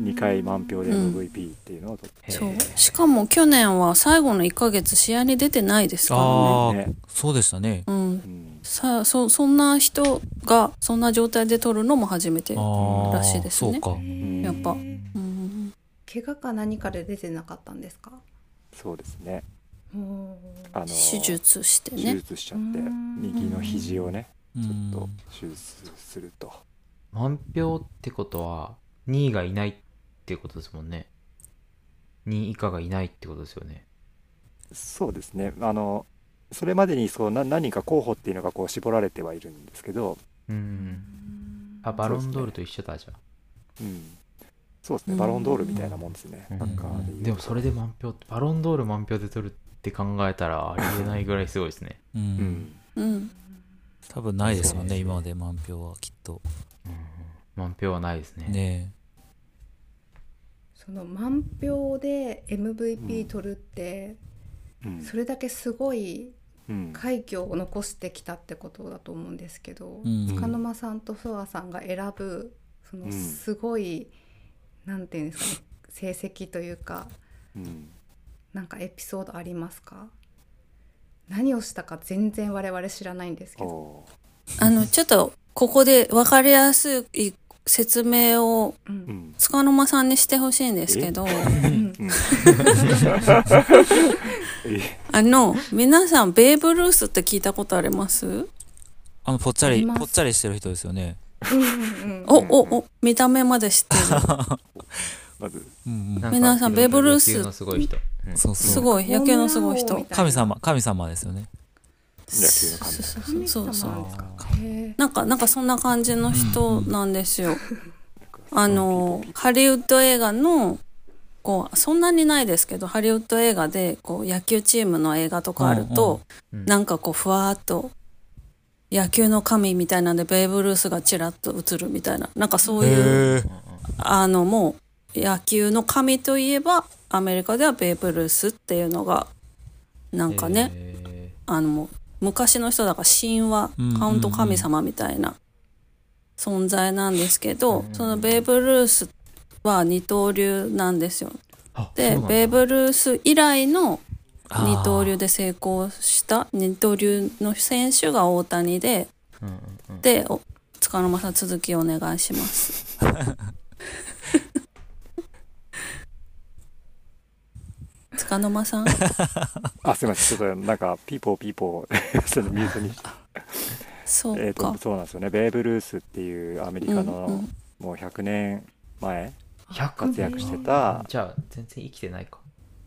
Speaker 6: 2, 回満票で
Speaker 5: うん
Speaker 6: MVP っていうのを取って、
Speaker 5: そうしかも去年は最後の1ヶ月試合に出てないですからね
Speaker 3: あ
Speaker 6: ね
Speaker 3: あ、そうでしたね。
Speaker 5: うん
Speaker 6: うん
Speaker 5: さそそんな人がそんな状態で取るのも初めて、
Speaker 3: ああ、
Speaker 5: らしいですね
Speaker 3: そうか。
Speaker 5: やっぱうん、
Speaker 2: 怪我か何かで出てなかったんですか
Speaker 6: そうですね
Speaker 2: うん
Speaker 6: あの
Speaker 5: 手術して
Speaker 6: 手
Speaker 5: ね
Speaker 6: 術しちゃって
Speaker 2: うん
Speaker 6: 右の肘をね
Speaker 3: う
Speaker 6: ちょ
Speaker 3: ん
Speaker 6: っと手術すると
Speaker 7: 満票ってことは2位がいないってことですもんね2位以下がいないってことですよね
Speaker 6: そうですねあのそれまでにそうな何人か候補っていうのがこう絞られてはいるんですけど、
Speaker 7: うんあバロンドールと一緒だじゃあ
Speaker 6: うんそうですね、
Speaker 5: うん
Speaker 6: バロンドールみたいなもんですね、
Speaker 7: うん
Speaker 6: サッカーでいうと
Speaker 7: でもそれで満票ってバロンドール満票で取るって考えたらありえないぐらいすごいですね [laughs]
Speaker 3: う。
Speaker 6: うんん、
Speaker 5: うん
Speaker 3: 多分ないですもん
Speaker 7: そう
Speaker 3: ね、
Speaker 7: ね
Speaker 3: 今まで満票はきっと。
Speaker 7: 満票はないですね
Speaker 3: ね
Speaker 2: その満票で
Speaker 6: うん
Speaker 2: MVP 取るって、
Speaker 6: うん
Speaker 2: それだけすごい
Speaker 6: うん
Speaker 2: 快挙を残してきたってことだと思うんですけど、
Speaker 3: うん
Speaker 2: 塚沼さんとソワさんが選ぶそ
Speaker 6: うん
Speaker 2: のすごい、なんていうんですかね成績というか
Speaker 6: うん
Speaker 2: なんかエピソードありますか何をしたか全然我々知らないんですけど、
Speaker 6: おー
Speaker 5: あのちょっとここで分かりやすい説明を
Speaker 2: う
Speaker 6: うんん
Speaker 5: 塚沼さんにしてほしいんですけど
Speaker 2: うん
Speaker 6: うんえ
Speaker 5: あの皆さんベーブ・ルースって聞いたことあります
Speaker 3: あの、ぽっちゃ
Speaker 2: あ
Speaker 3: り、
Speaker 2: ります
Speaker 3: ぽっちゃりしてる人ですよね。
Speaker 2: うん
Speaker 5: おおお見た目まで知っ
Speaker 3: [laughs]
Speaker 5: てる
Speaker 6: まず
Speaker 3: うんうん。
Speaker 7: なか
Speaker 5: 皆さんベーブルース
Speaker 7: 野球のすごい人、うん
Speaker 3: そう
Speaker 5: す
Speaker 3: そう。
Speaker 5: ごい野球のすごい
Speaker 2: ホームラン王み
Speaker 5: 人
Speaker 2: た
Speaker 3: 神様、神様ですよね。
Speaker 6: 野球の神
Speaker 5: そう
Speaker 2: 神
Speaker 5: そう
Speaker 2: 様
Speaker 5: そう
Speaker 2: なんですかへ
Speaker 5: なんか、なんかそんな感じの人なんですよ。あの、ハリウッド映画の、こう、そんなにないですけど、ハリウッド映画で、こう、野球チームの映画とかあると、
Speaker 7: うん
Speaker 5: なんかこう、ふわーっと、野球の神みたいなんで、ベーブ・ルースがちらっと映るみたいな、なんかそういう、
Speaker 3: へえ。
Speaker 5: あの、もう、野球の神といえば、アメリカではベーブ・ルースっていうのが、なんかね、
Speaker 7: え
Speaker 5: あのもう昔の人だから神話
Speaker 3: うんうんうん
Speaker 5: カウント神様みたいな存在なんですけど、
Speaker 7: うん
Speaker 5: そのベーブ・ルースは二刀流なんですよ。
Speaker 7: ーあそう
Speaker 5: で
Speaker 7: なんだ
Speaker 5: ベーブ・ルース以来の
Speaker 3: あー
Speaker 5: 二刀流で成功した二刀流の選手が大谷で
Speaker 7: うんうんうん
Speaker 5: でお塚沼さん続きお願い
Speaker 3: [laughs]
Speaker 5: します。つかの間さん
Speaker 6: あ、すみません。ちょっとなんか、ピーポーピー [laughs] ポー、そのミュートにして。
Speaker 5: そ
Speaker 6: えっ
Speaker 5: うか
Speaker 6: と、。そうなんですよね。ベーブ・ルースっていうアメリ
Speaker 5: うんう
Speaker 6: カ
Speaker 5: ん
Speaker 6: の、もう100年前。
Speaker 7: 100
Speaker 6: 活躍してた
Speaker 7: じゃあ全然生きてないか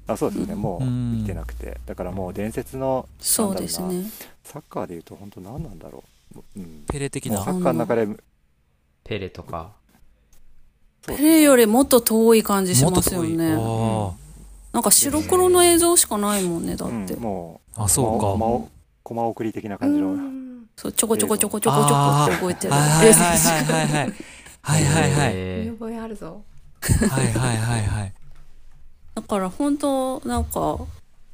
Speaker 6: あ、そうですよね。もう
Speaker 3: うん
Speaker 6: 生きてなくて。だからもう伝説の、
Speaker 5: そうですね。
Speaker 6: サッカーでいうと本当何なんだろう。うん。
Speaker 3: ペレ的
Speaker 6: もうサ
Speaker 3: な。
Speaker 6: ッカーの中で、
Speaker 7: ペレとか
Speaker 5: ペレよりもっと遠い感じし
Speaker 3: もっ
Speaker 5: ま
Speaker 3: と
Speaker 5: すよ
Speaker 3: 遠い。
Speaker 5: ね。
Speaker 3: あ
Speaker 5: なんか白黒の映像しかないもんね、だって
Speaker 6: うん。もう、
Speaker 3: ーあ、そう
Speaker 6: コマ
Speaker 3: か。
Speaker 6: をコマ送り的な感じの。
Speaker 5: そう、ちょこちょこちょこちょこちょこって動いてる
Speaker 3: は
Speaker 5: 映
Speaker 3: い
Speaker 5: 像
Speaker 3: はい
Speaker 5: し
Speaker 3: は
Speaker 5: か。
Speaker 3: いはいはい。はいはいはい。
Speaker 2: 見
Speaker 7: え
Speaker 2: 覚えあるぞ。
Speaker 3: はいはいはいはい。
Speaker 5: [laughs] だから本当なんか、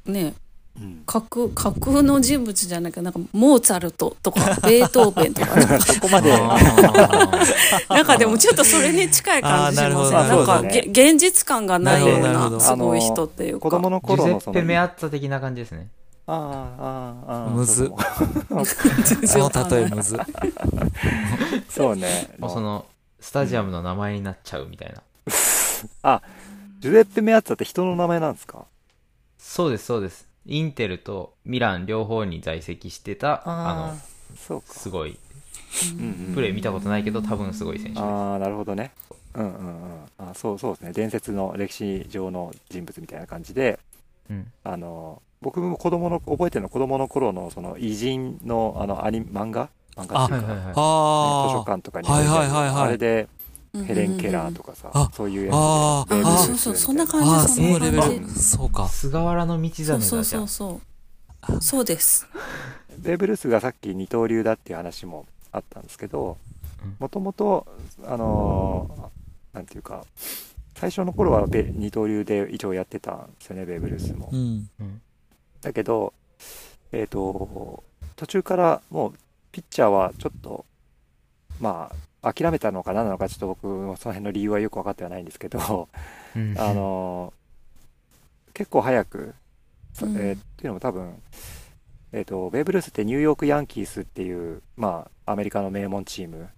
Speaker 5: ね、
Speaker 6: うん
Speaker 5: 架空、架空の人物じゃなくて、なんかモーツァルト
Speaker 3: [laughs]
Speaker 5: とか、ベートーベンとか、なんか
Speaker 6: そこまで、
Speaker 5: なんかでもちょっとそれに近い感じし
Speaker 3: あーな
Speaker 5: ますね。な
Speaker 3: る
Speaker 5: ん
Speaker 3: ほど
Speaker 5: か、
Speaker 6: そう
Speaker 5: げ
Speaker 6: です
Speaker 5: 現実感がないよ
Speaker 3: な
Speaker 5: う
Speaker 3: るほどなるほ
Speaker 5: な、
Speaker 3: ど
Speaker 5: すごい人っていう
Speaker 6: 子
Speaker 5: か。
Speaker 6: 供の
Speaker 7: ジュ
Speaker 6: 頃
Speaker 7: ゼ
Speaker 6: のそ
Speaker 7: ッ
Speaker 6: の
Speaker 7: ペ・メアッツァ的な感じですね
Speaker 6: ああ、ああ、ああ。
Speaker 3: むず
Speaker 6: そうかも
Speaker 3: その例え
Speaker 5: [laughs]
Speaker 3: むず。
Speaker 6: そうね。
Speaker 7: もうそのスタジアムの名前になっちゃうみたいな、
Speaker 6: ジュゼッペ・メアッツァって人の名前なんですか
Speaker 7: そうですそうですインテルとミラン両方に在籍してたあ
Speaker 6: の、そう
Speaker 7: の
Speaker 6: か。
Speaker 7: すごい
Speaker 6: うんうん
Speaker 7: プレー見たことないけど多分すごい選手です
Speaker 6: ああ、なるほどね。うんうんうん。あそうそうですね。伝説の歴史上の人物みたいな感じで、
Speaker 7: うん
Speaker 6: あの、僕も子供の、覚えてるのは子供の頃の、その、偉人の、あの、アニ漫画漫画っていうか、ね
Speaker 7: はい
Speaker 3: ああ。
Speaker 6: 図書館とかに
Speaker 3: は
Speaker 6: 置
Speaker 3: い
Speaker 6: てあ
Speaker 3: は
Speaker 6: る
Speaker 3: いはいはい
Speaker 6: あれで、
Speaker 5: うん
Speaker 6: ヘレン・ケラーとかさ
Speaker 3: あ、
Speaker 6: そういうや
Speaker 3: あ
Speaker 6: つ
Speaker 3: ー
Speaker 6: でベーブル
Speaker 3: あー
Speaker 6: ース
Speaker 5: そうそう、そんな
Speaker 6: みたい
Speaker 5: 感じ、そ
Speaker 3: その
Speaker 5: ん
Speaker 3: レ
Speaker 5: な
Speaker 3: ベ
Speaker 5: 感じ
Speaker 3: ル。。そうか。
Speaker 7: 菅原道真
Speaker 5: そ
Speaker 7: だ
Speaker 5: うそう
Speaker 7: じゃあ
Speaker 5: そうそう。そうです。
Speaker 6: なベーブルースがさっき二刀流だっていう話もあったんですけど
Speaker 7: うん、
Speaker 6: もともと、あのーなんていうか、最初の頃はベ二刀流で一応やってたんですよね、ベーブルースも
Speaker 3: う。ん。
Speaker 6: だけど、えっ、と、途中からもう、ピッチャーはちょっと、まあ、諦めたのか何なのか、ちょっと僕もその辺の理由はよく分かってはないんですけど、
Speaker 7: うん
Speaker 6: あの、結構早く、さ
Speaker 5: うん
Speaker 6: えーっていうのも多分、えっ、と、ベーブ・ルースってニューヨーク・ヤンキースっていう、まあ、アメリカの名門チーム、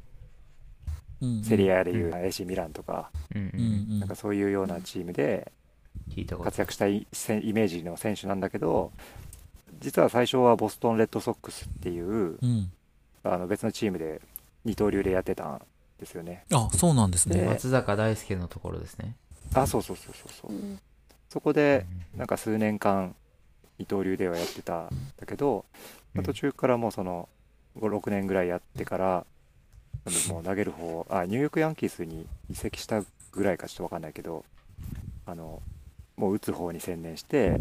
Speaker 3: うん。
Speaker 6: セリアでいう AC ミランとか、
Speaker 7: うんう
Speaker 3: うん
Speaker 7: ん
Speaker 3: うん
Speaker 6: なんかそういうようなチームで、
Speaker 7: 聞いたこと
Speaker 6: 活躍したいせんイメージの選手なんだけど実は最初はボストン・レッドソックスっていう
Speaker 3: うん。
Speaker 6: あの別のチームで二刀流でやってたんですよね
Speaker 3: あ、そうなんですね。
Speaker 6: で
Speaker 7: 松坂大輔のところですね
Speaker 6: あそうそうそうそうそうそこでなんか数年間二刀流ではやってたんだけど、まあ
Speaker 7: うん
Speaker 6: 途中からもうその6年ぐらいやってからもう投げる方あニューヨーク・ヤンキースに移籍したぐらいかちょっと分かんないけどあのもう打つ方に専念して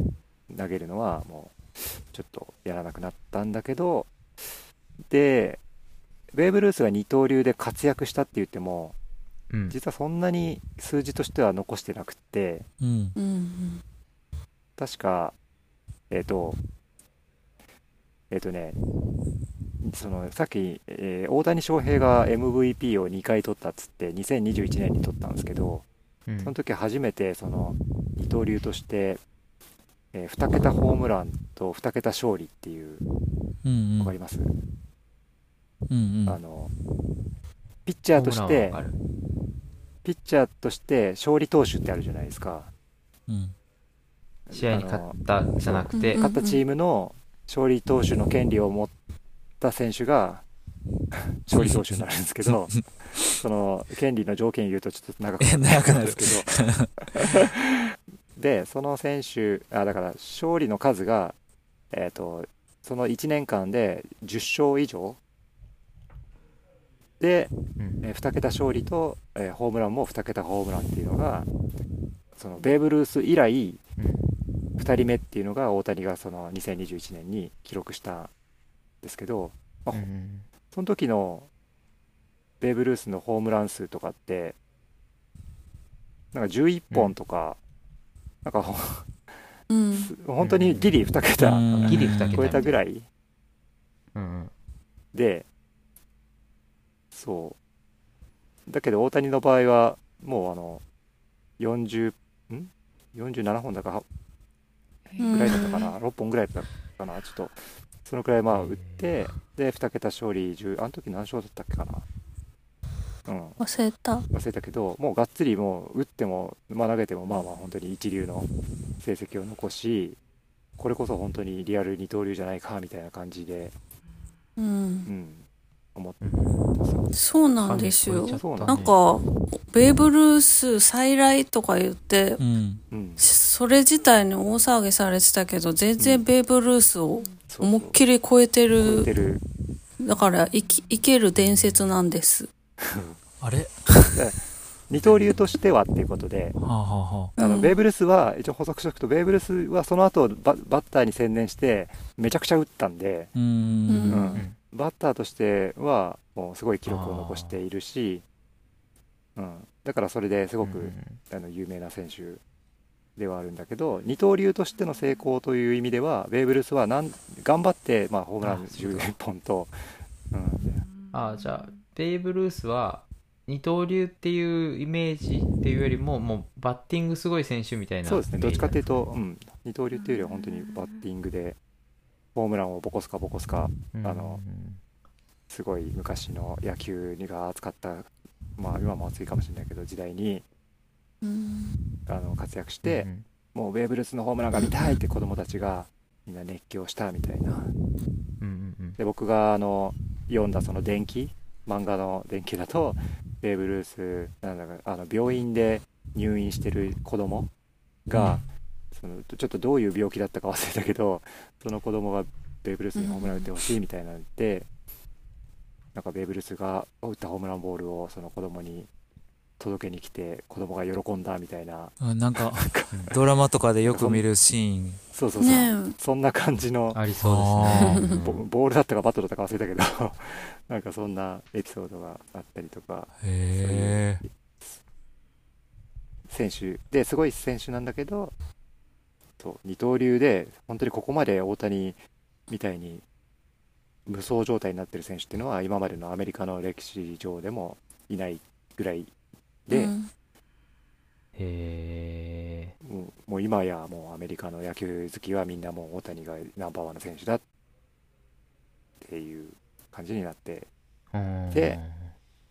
Speaker 6: 投げるのはもうちょっとやらなくなったんだけどでベーブ・ルースが二刀流で活躍したって言っても
Speaker 7: うん
Speaker 6: 実はそんなに数字としては残してなくって
Speaker 3: うん。
Speaker 5: うんうん。
Speaker 6: 確かえっ、とえっ、とねそのさっき、えー大谷翔平が MVP を2回取ったっつって2021年に取ったんですけど
Speaker 7: うん
Speaker 6: その時初めてその二刀流として、え2桁ホームランと2桁勝利っていう
Speaker 3: うん。
Speaker 6: わ
Speaker 3: う
Speaker 6: か
Speaker 3: ん
Speaker 6: ります、
Speaker 3: うん。
Speaker 6: あのピッチャーとし
Speaker 7: ホーム
Speaker 6: て
Speaker 7: ランはわかる
Speaker 6: ピッチャーとして勝利投手ってあるじゃないですか
Speaker 3: うん。
Speaker 7: 試合に勝ったじゃなくて
Speaker 5: うん
Speaker 6: 勝ったチームの勝利投手の権利を持った選手が [laughs] 勝利投手になるんですけどその権利の条件言うとちょっと長くな
Speaker 3: 長くなる
Speaker 6: んですけど [laughs] でその選手あだから勝利の数が、えー、とその1年間で10勝以上で、
Speaker 7: うん
Speaker 6: え2桁勝利と、えーホームランも2桁ホームランっていうのがそのベーブ・ルース以来
Speaker 7: うん
Speaker 6: 2人目っていうのが大谷がその2021年に記録したんですけど
Speaker 7: うんうん
Speaker 6: その時のベーブ・ルースのホームラン数とかってなんか11本とか、なんかほ
Speaker 5: うん。
Speaker 6: 本当にギリ2桁
Speaker 3: うん
Speaker 7: ギリ二桁
Speaker 6: 超えたぐらい
Speaker 7: うんうん
Speaker 6: でそうだけど大谷の場合はもうあの40ん47本だかぐらいだったかな、6本ぐらいだったかな、ちょっと、そのくらいまあ打って、で、2桁勝利10、あの時何勝だったっけかな。うん、
Speaker 5: 忘れた。
Speaker 6: 忘れたけどもうがっつりもう打っても、まあ、投げてもまあまあ本当に一流の成績を残しこれこそ本当にリアル二刀流じゃないかみたいな感じで、
Speaker 5: う。
Speaker 6: うんん、思って
Speaker 5: そうなんですよ。
Speaker 6: そうな
Speaker 5: なんか、ベーブ・ルース再来とか言って
Speaker 3: う、ん。
Speaker 6: うん
Speaker 5: それ自体に大騒ぎされてたけど、全
Speaker 6: う
Speaker 5: 然
Speaker 6: ん
Speaker 5: ベーブ・ルースを
Speaker 6: そう
Speaker 5: 思いっきり超えて
Speaker 6: そう
Speaker 5: る
Speaker 6: 言ってる
Speaker 5: だから生き生ける伝説なんです
Speaker 3: あれ
Speaker 6: 二刀流としてはっていうことで
Speaker 3: はあ、はあは
Speaker 6: あの
Speaker 5: うん
Speaker 6: ベーブ・ルースは一応補足しておくとベーブ・ルースはその後ババッターに専念してめちゃくちゃ打ったんで、
Speaker 3: あ、うー
Speaker 5: うん
Speaker 3: ん。
Speaker 6: うん
Speaker 7: ん
Speaker 6: バッターとしてはもうすごい記録を残しているし、うん、だからそれですごく、あの有名な選手ではあるんだけど二刀流としての成功という意味ではベーブ・ルースはなん頑張って、まあ、ホームラン
Speaker 7: あそう
Speaker 6: 10
Speaker 7: だ
Speaker 6: 本と、うん、
Speaker 7: ああじゃあベーブ・ルースは二刀流っていうイメージっていうよりももうバッティングすごい選手みたいな
Speaker 6: そうですね
Speaker 7: イメ
Speaker 6: ど
Speaker 7: ー
Speaker 6: っ
Speaker 7: ジ
Speaker 6: ちかっていうと、うん、二刀流っていうよりは本当にバッティングでホームランをボコスカボコスカ
Speaker 7: うん
Speaker 6: あのすごい昔の野球が熱かった、まあ、今も熱いかもしれないけど時代に
Speaker 5: うん
Speaker 6: あの活躍
Speaker 7: う
Speaker 6: して、
Speaker 7: ん
Speaker 6: もうベーブ・ルースのホームランが見たいって子供たちがみんな熱狂したみたいな
Speaker 7: うんうん
Speaker 6: で僕があの読んだその電気漫画の電気だとベーブ・ルースなんだかあの病院で入院してる子供が、そのちょっとどういう病気だったか忘れたけどその子供がベーブ・ルースにホームラン打ってほしいみたいなので、なんかベーブ・ルースが打ったホームランボールをその子供に届けに来て子供が喜んだみたいな
Speaker 3: うんなんか、ドラマとかでよく見るシーン。
Speaker 6: そうそうそう、
Speaker 5: ね
Speaker 6: そんな感じの
Speaker 7: ありそうですね
Speaker 6: ボボールだったかバットだったか忘れたけど [laughs] なんかそんなエピソードがあったりとか
Speaker 3: へえ。
Speaker 6: 選手ですごい選手なんだけどそう二刀流で本当にここまで大谷みたいに無双状態になってる選手っていうのは今までのアメリカの歴史上でもいないぐらい
Speaker 5: え
Speaker 6: で、
Speaker 5: うん
Speaker 7: へえ
Speaker 6: もうもう今やもうアメリカの野球好きはみんなもう大谷がナンバーワンの選手だっていう感じになってで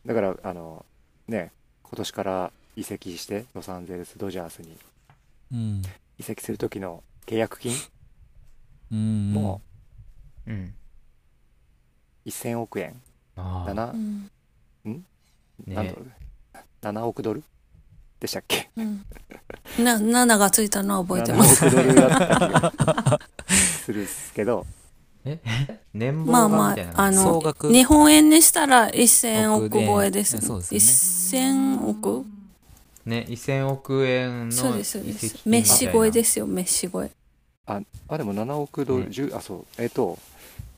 Speaker 6: だからあのね今年から移籍してロサンゼルス・ドジャースに
Speaker 3: うん。
Speaker 6: 移籍する時の契約金
Speaker 3: うん。
Speaker 6: も
Speaker 7: うん
Speaker 6: 1000億円
Speaker 7: あ
Speaker 6: だ
Speaker 7: あ
Speaker 6: な
Speaker 5: うん
Speaker 6: なん
Speaker 7: ね
Speaker 6: と7億ドルでしたっけ
Speaker 5: うんな7がついたのは覚えてます
Speaker 6: 7億ドルだった気がするっすけど、
Speaker 7: 年俸
Speaker 5: ま
Speaker 7: が
Speaker 5: あま
Speaker 7: みたいな
Speaker 5: ああ
Speaker 3: 総
Speaker 5: の
Speaker 3: 額。
Speaker 5: 日本円にしたら1000億超えです
Speaker 3: 億でそうですね
Speaker 5: 1000億
Speaker 7: ね1000億円の
Speaker 5: そうですそう
Speaker 7: 移
Speaker 5: で
Speaker 7: 籍
Speaker 5: す
Speaker 7: 金
Speaker 5: メッ
Speaker 7: みたい
Speaker 5: シ
Speaker 7: な
Speaker 5: 超えですよメッシ超え
Speaker 6: あ、でも7億ドル、
Speaker 7: ね
Speaker 6: 10あ、そう、えっ、と、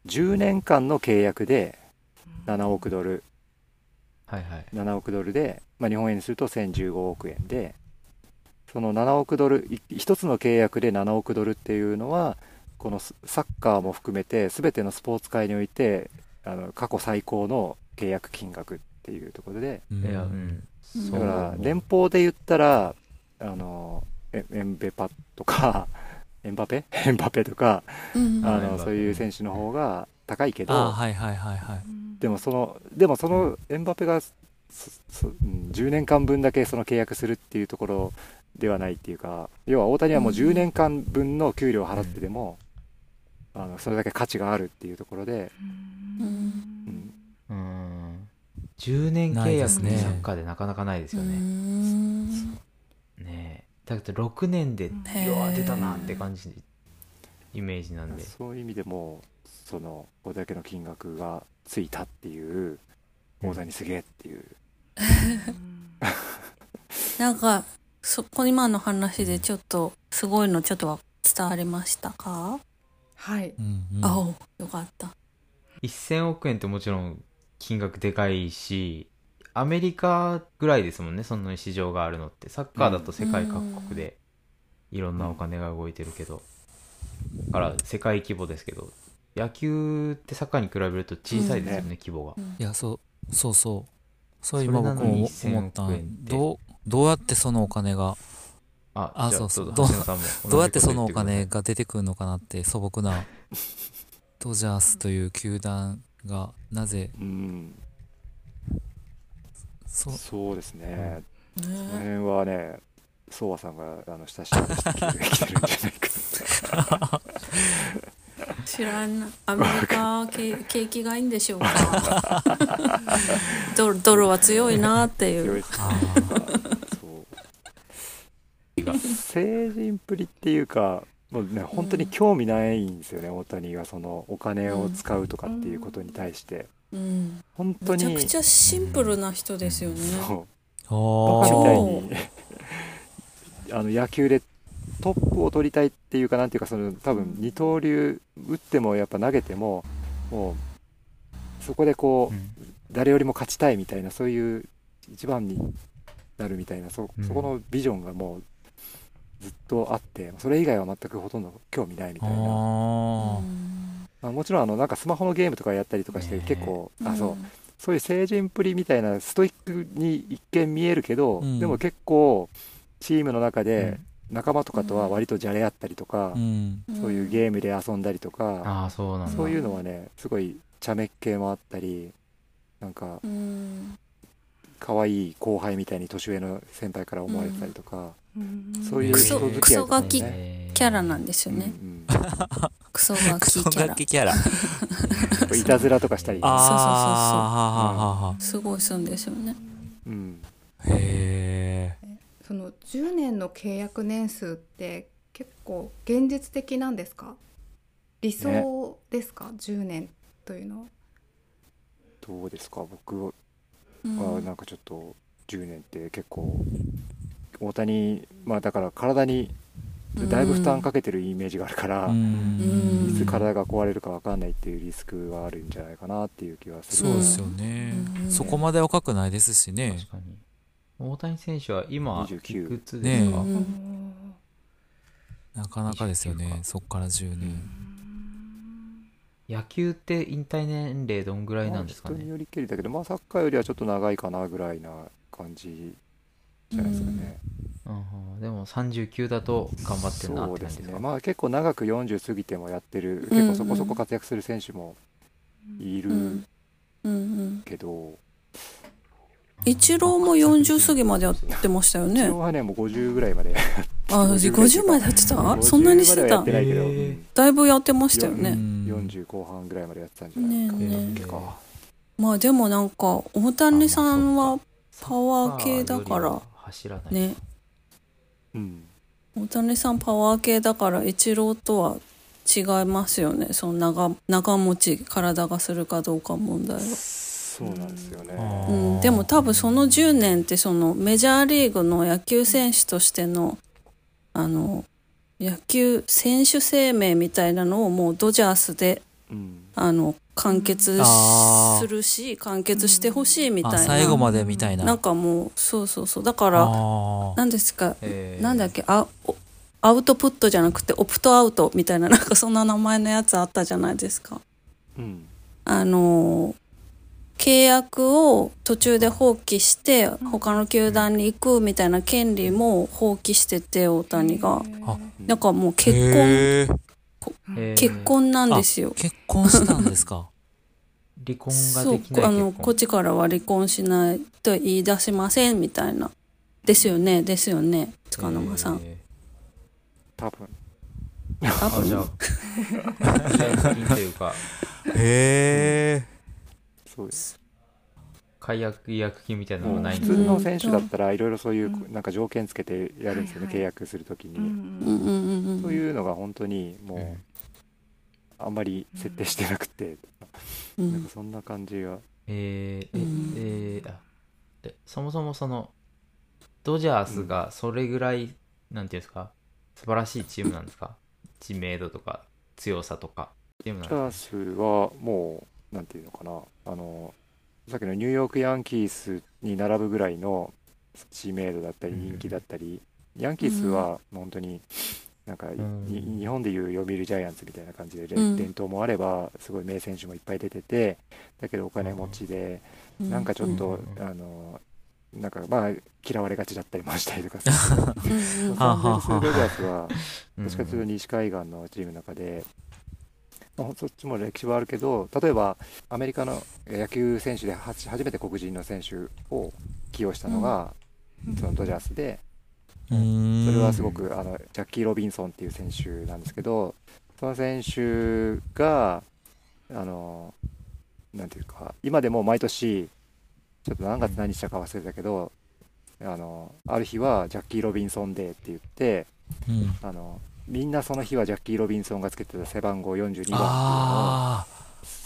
Speaker 6: 10年間の契約で7億ドル、
Speaker 7: はいはい
Speaker 6: 7億ドルで、まあ、日本円にすると1015億円で、その7億ドル、い一つの契約で7億ドルっていうのは、このスサッカーも含めて、すべてのスポーツ界において、あの過去最高の契約金額っていうところで、
Speaker 3: うん
Speaker 7: いやうんそう
Speaker 6: だから
Speaker 7: 年
Speaker 6: 連邦で言ったらあのエエンベパとかエンバペ [laughs] エンバペとか
Speaker 5: うん
Speaker 6: あ
Speaker 7: エンバ
Speaker 6: の
Speaker 7: ペ
Speaker 6: そういう選手の方が高いけ
Speaker 3: ああ、
Speaker 6: ど
Speaker 3: はいはいはいはい。
Speaker 6: でもそのでもそのエンバペがそそうん10年間分だけその契約するっていうところではないっていうか要は大谷はもう10年間分の給料を払ってでも、あのそれだけ価値があるっていうところで、
Speaker 5: うん
Speaker 6: うん
Speaker 7: うん10年契約ねサッカーでなかなかないです
Speaker 5: う
Speaker 7: よね
Speaker 5: ん
Speaker 7: ねえだって6年で
Speaker 5: へー
Speaker 7: うわ出たなって感じイメージなんで
Speaker 6: そういう意味でもそのこれだけの金額がついたっていう大谷すげえっていう、
Speaker 5: [laughs] なんかそこ今の話でちょっとすごいのちょっとは伝わりましたか
Speaker 2: はい
Speaker 3: うんうん。
Speaker 5: あおよかった
Speaker 7: 1000億円ってもちろん金額でかいしアメリカぐらいですもんねそんなに市場があるのってサッカーだと世界各国でいろんなお金が動いてるけどだから世界規模ですけど野球ってサッカーに比べると小さいですよね、
Speaker 6: うん
Speaker 7: 規模が
Speaker 3: いや、そう、そうそう。そう今
Speaker 7: それな
Speaker 3: 僕
Speaker 7: のに
Speaker 3: も
Speaker 7: 1000
Speaker 3: 思った
Speaker 7: 億円っ
Speaker 3: ん。
Speaker 7: て
Speaker 3: どう、どうやってそのお金が、
Speaker 7: あ
Speaker 3: あ
Speaker 7: じゃあ
Speaker 3: そうそう
Speaker 7: どぞ橋野さんも同じこと
Speaker 3: どうやってそのお
Speaker 7: 言って
Speaker 3: 金
Speaker 7: く
Speaker 3: が出てくるのかなって素朴
Speaker 7: [laughs]
Speaker 3: な、ドジャースという球団がなぜ
Speaker 6: うん
Speaker 3: そう
Speaker 6: そうですね、この
Speaker 5: ね
Speaker 6: 辺はね、ソワさんがあの親しみにしてきてるんじゃないか
Speaker 5: 知らんアメリカ景景気がいいんでしょうかドルドルは強いなって
Speaker 6: と
Speaker 5: いう
Speaker 6: いうそう成人ぶりっていうかもうね本当に興味ないんですよね、大谷がそのお金を使うとかっていうことに対して、
Speaker 5: うん
Speaker 6: 本当
Speaker 5: め
Speaker 6: に
Speaker 5: ちゃくちゃシンプルな人ですよね
Speaker 6: そう
Speaker 3: お
Speaker 6: バカみた
Speaker 3: ー
Speaker 6: い
Speaker 5: 超
Speaker 6: にあの野球でトップを取りたいっていうかなんていうかその多分二刀流打ってもやっぱ投げてももうそこでこう、誰よりも勝ちたいみたいなそういう一番になるみたいなそ
Speaker 7: うん
Speaker 6: そこのビジョンがもうずっとあってそれ以外は全くほとんど興味ないみたいな
Speaker 3: あ
Speaker 6: まあ、もちろんあのなんかスマホのゲームとかやったりとかして
Speaker 7: ねえ
Speaker 6: 結構、
Speaker 5: うん
Speaker 6: あそうそういう成人プリみたいなストイックに一見見えるけど、
Speaker 3: うん
Speaker 6: でも結構チームの中で仲間とかとは割とじゃれ合ったりとか
Speaker 3: ーう、ん
Speaker 6: そういうゲームで遊んだりとか、
Speaker 7: ああそうなんだ
Speaker 6: そういうのはねすごい茶目っ気もあったりなんか
Speaker 5: うん
Speaker 6: 可愛い後輩みたいに年上の先輩から思われたりとか、そういう
Speaker 5: ク
Speaker 6: 人
Speaker 5: ソ
Speaker 6: 付
Speaker 5: ク
Speaker 6: き合い
Speaker 5: ソ
Speaker 6: とか
Speaker 5: ガ
Speaker 6: も
Speaker 5: キ
Speaker 6: ね。
Speaker 5: キャラなんです
Speaker 6: う
Speaker 5: よ
Speaker 6: んう
Speaker 5: ね
Speaker 6: ん
Speaker 5: クソガ
Speaker 3: ク
Speaker 5: キ
Speaker 3: ソ
Speaker 5: キャ
Speaker 3: 楽
Speaker 5: ラ
Speaker 3: 器キャ
Speaker 5: [laughs]
Speaker 3: ラ
Speaker 6: いたずらとかしたり、
Speaker 3: あ
Speaker 5: そうそうそう
Speaker 3: あ
Speaker 5: すごいすんですよね
Speaker 6: うん、
Speaker 3: ーはーはーはーへえ
Speaker 2: その10年の契約年数って結構現実的なんですか理想ですか、10年というのは
Speaker 6: どうですか僕は
Speaker 5: うん
Speaker 6: あなんかちょっと10年って結構大谷まあだから体にだいぶ負担かけてるイメージがあるから、
Speaker 5: うん
Speaker 6: いつ体が壊れるかわかんないっていうリスクはあるんじゃないかなっていう気はす
Speaker 3: そ
Speaker 6: る
Speaker 3: うですよね
Speaker 5: うん
Speaker 3: そこまで若くないですしね
Speaker 7: 確かに大谷選手は今い
Speaker 6: 29
Speaker 7: くつですか、
Speaker 5: ねうん
Speaker 3: なかなかですよ
Speaker 7: 29
Speaker 3: ね
Speaker 7: か
Speaker 3: そっから10年
Speaker 7: 野球って引退年齢どんぐらいなんですか
Speaker 6: まあ人に
Speaker 7: ね
Speaker 6: よりけりだけどまあサッカーよりはちょっと長いかなぐらいな感じじゃないですかね、
Speaker 7: うんでも39だと頑張ってるな
Speaker 6: そ
Speaker 7: っ
Speaker 6: う
Speaker 7: て
Speaker 6: で
Speaker 7: 感じ
Speaker 6: す
Speaker 7: です
Speaker 6: ね
Speaker 7: か
Speaker 6: まあ結構長く40過ぎてもやってる
Speaker 5: うん
Speaker 6: 結構そこそこ活躍する選手もいる
Speaker 5: うんうん
Speaker 6: けど、
Speaker 5: イチローも40過ぎまでやってましたよね
Speaker 6: 一応はねもう50ぐらいまで
Speaker 5: あ50までやってたそんなにして
Speaker 6: 50ま
Speaker 5: た
Speaker 6: ではやってないけど、
Speaker 7: へー
Speaker 6: うん
Speaker 5: だいぶやってましたよ
Speaker 3: う
Speaker 5: ね
Speaker 3: ん
Speaker 6: 40後半ぐらいまでやってたんじゃない
Speaker 5: ねえ
Speaker 6: か、
Speaker 5: ねえ
Speaker 6: 結構
Speaker 5: まあでもなんか大谷さんはパワ
Speaker 7: まあ
Speaker 5: ー系だ
Speaker 7: よ
Speaker 5: か
Speaker 7: り
Speaker 5: ら
Speaker 7: は走らない
Speaker 5: ね
Speaker 6: うん
Speaker 5: 大谷さんパワー系だからイチローとは違いますよねその長長持ち体がするかどうか問題は、
Speaker 6: そうなんですよね、
Speaker 5: うん、でも多分その10年ってそのメジャーリーグの野球選手としてのあの野球選手生命みたいなのをもうドジャースで
Speaker 6: うん
Speaker 5: あの完結
Speaker 3: あー
Speaker 5: するし完結してほしいみた
Speaker 3: あ
Speaker 5: いな
Speaker 3: 最後までみたいな
Speaker 5: なんかもうそうそうそうだから
Speaker 3: あー
Speaker 5: 何ですか、
Speaker 7: えー
Speaker 5: なんだっけあおアウトプットじゃなくてオプトアウトみたいななんかそんな名前のやつあったじゃないですか
Speaker 6: うん
Speaker 5: あの契約を途中で放棄して他の球団に行くみたいな権利も放棄してて大谷が
Speaker 3: あ
Speaker 5: なんかもう結婚
Speaker 3: へー
Speaker 7: えー
Speaker 5: 結婚なんですよ
Speaker 3: 結婚したんですか
Speaker 7: 離婚が
Speaker 5: そ
Speaker 7: で
Speaker 5: う
Speaker 7: きない
Speaker 5: あ
Speaker 7: 結
Speaker 5: のこっ
Speaker 7: 婚
Speaker 5: ちからは離婚しないと言い出しませんみたいなですよねですよね塚沼さん、
Speaker 7: え
Speaker 6: 多分
Speaker 5: 多
Speaker 7: ーあ
Speaker 5: 分
Speaker 7: じゃあ [laughs] 契約金というか
Speaker 3: へえ
Speaker 6: そうです
Speaker 7: 解約違約金みたいなの
Speaker 6: も
Speaker 7: が
Speaker 6: う
Speaker 7: ない
Speaker 6: 普
Speaker 7: んだ
Speaker 6: 通の選手だったらいろいろそういううんなんか条件つけてやるんですよ
Speaker 2: はい
Speaker 6: ね、
Speaker 2: はい
Speaker 6: 契約するときに、
Speaker 5: うんうんうん
Speaker 6: そういうのが本当にもう、
Speaker 7: うん
Speaker 6: あんまり設定してなくて、
Speaker 5: う
Speaker 6: なん
Speaker 5: ん
Speaker 6: かそんな感じが、
Speaker 7: えー
Speaker 5: うん
Speaker 7: ええーあでそもそもそのドジャースがそれぐらい、なんていうんですか素晴らしいチームなんですか知名度とか強さとかチームなん
Speaker 6: チ
Speaker 7: で
Speaker 6: ャースはもうなんていうのかなあのさっきのニューヨークヤンキースに並ぶぐらいの知名度だったり
Speaker 7: うん
Speaker 6: 人気だったり、ヤンキースは本当になんか、
Speaker 7: ん
Speaker 6: に日本でいう読売ジャイアンツみたいな感じで、れ
Speaker 5: うん
Speaker 6: 伝統もあればすごい名選手もいっぱい出ててだけどお金持ちで、
Speaker 5: うん
Speaker 6: なんかちょっ
Speaker 7: う
Speaker 6: と、
Speaker 7: ん
Speaker 6: あのなんかまあ嫌われがちだったりもしたりとかす
Speaker 7: [laughs]
Speaker 6: るんです
Speaker 5: うんう
Speaker 6: けど
Speaker 5: ん
Speaker 6: サンフランシスコ・ドジャースは
Speaker 7: うん
Speaker 6: どっちかというと西海岸のチームの中で、まあ、そっちも歴史はあるけど例えばアメリカの野球選手では初めて黒人の選手を起用したのが、
Speaker 2: うん
Speaker 6: そのドジャースで、
Speaker 3: そ
Speaker 6: それはすご。くあのジャッキー・ロビンソンっていう選手なんですけどその選手があのなんていうか今でも毎年ちょっと何月何日だか忘れたけどあのある日はジャッキー・ロビンソンデーって言って
Speaker 3: うん
Speaker 6: あのみんなその日はジャッキー・ロビンソンがつけてた背番号42番っていうのを
Speaker 3: あ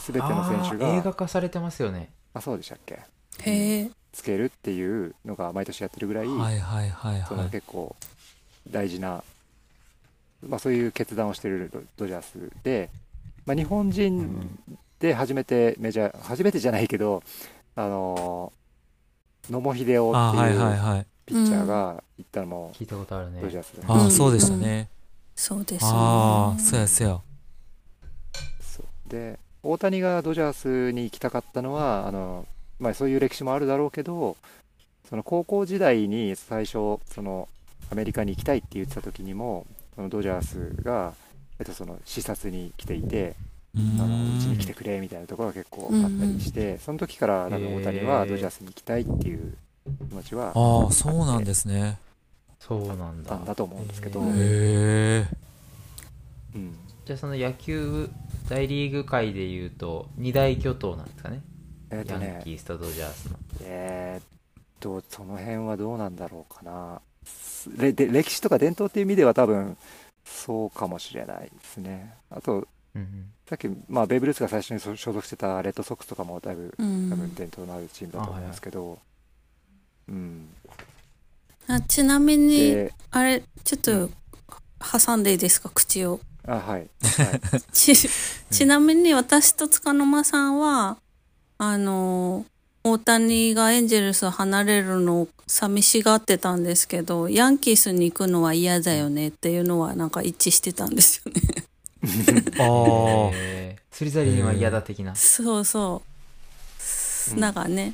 Speaker 6: 全ての選手
Speaker 7: あー映
Speaker 6: が
Speaker 7: 画化されてますよね
Speaker 6: あそうでしたっけ
Speaker 5: へえ。
Speaker 6: つけるっていうのが毎年やってるぐらい、
Speaker 3: あ、はいはいはい
Speaker 6: その
Speaker 3: はい。
Speaker 6: 結構大事な、まあ、そういう決断をしているドドジャースで、まあ、日本人で初めてメジャー初めてじゃないけど、あのー野茂英雄
Speaker 3: あ
Speaker 6: って
Speaker 3: はいはい
Speaker 6: いう
Speaker 3: はい。
Speaker 6: ピッチャーが行ったのも
Speaker 7: 聞いたことあるね
Speaker 6: ドジャースだね
Speaker 3: ああ、そうでしたね。
Speaker 5: そうですね。
Speaker 3: ああ、そうやそうや。
Speaker 6: そうで大谷がドジャースに行きたかったのはあの、まあ、そういう歴史もあるだろうけどその高校時代に最初そのアメリカに行きたいって言ってた時にもそのドジャースが、えっと、その視察に来ていて
Speaker 3: うー
Speaker 6: あのうちに
Speaker 3: ん
Speaker 6: 来てくれみたいなところが結構あったりして、その時から多分大谷はドジャースに行きたいっていう気持ちはあっ
Speaker 3: ああ、そうなんですね。
Speaker 7: そうなん
Speaker 6: た
Speaker 7: だ
Speaker 6: んだと思うんですけど、
Speaker 7: へ
Speaker 6: うん
Speaker 3: へえ。
Speaker 7: じゃあその野球大リーグ界でいうと二大巨頭なんですかね
Speaker 6: えっ、と
Speaker 7: ヤ
Speaker 6: ね
Speaker 7: ンキースとドジャースの
Speaker 6: えーっと、その辺はどうなんだろうかな。すれで歴史とか伝統っていう意味では多分そうかもしれないですね。あと、
Speaker 7: うん
Speaker 6: さっき、まあ、ベーブ・ルースが最初に所所属してたレッドソックスとかもだいぶ
Speaker 5: う
Speaker 6: 多
Speaker 5: ん
Speaker 6: 分。伝統のあるチームだと思いますけど、うん。
Speaker 5: あちなみに、
Speaker 6: で、
Speaker 5: あれ、ちょっと、挟んでいいですか、口を。
Speaker 6: あ、はい。
Speaker 5: ち、ちなみに私と塚の間さんは、あの、大谷がエンジェルスを離れるのを寂しがってたんですけど、ヤンキースに行くのは嫌だよねっていうのはなんか一致してたんですよね。
Speaker 3: ああ。
Speaker 7: えー、スリザリンは嫌だ的な
Speaker 5: そうそう。なんかね、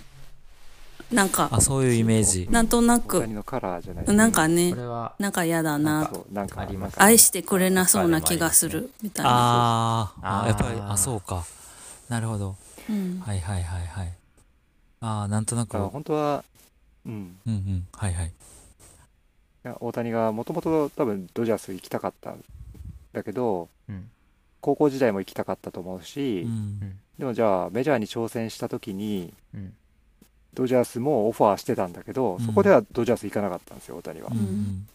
Speaker 5: なんか、
Speaker 3: あ、そういうイメージ。
Speaker 5: なんとな
Speaker 6: 大
Speaker 5: く
Speaker 6: 谷、のカラーじゃない
Speaker 5: なんかね
Speaker 7: こ、れは
Speaker 5: なんか嫌だ
Speaker 6: なん
Speaker 5: な
Speaker 6: か、そうなんか
Speaker 7: あります
Speaker 6: なんか
Speaker 5: 愛してくれなそうな気がする、みたいな。
Speaker 3: ああ
Speaker 7: あー
Speaker 3: やっぱりあそうかなるほど
Speaker 5: うん
Speaker 3: はいはいはいはいああなんとなく
Speaker 6: あ
Speaker 3: うん
Speaker 6: 本当は、うん。
Speaker 3: うんはいはい
Speaker 6: いや大谷がもともと多分ドジャース行きたかったんだけど、
Speaker 7: うん
Speaker 6: 高校時代も行きたかったと思うし、
Speaker 3: うん
Speaker 6: でもじゃあメジャーに挑戦した時に
Speaker 7: うん
Speaker 6: ドジャースもオファーしてたんだけど、
Speaker 3: うん
Speaker 6: そこではドジャース行かなかったんですよ大谷は、
Speaker 3: うんうん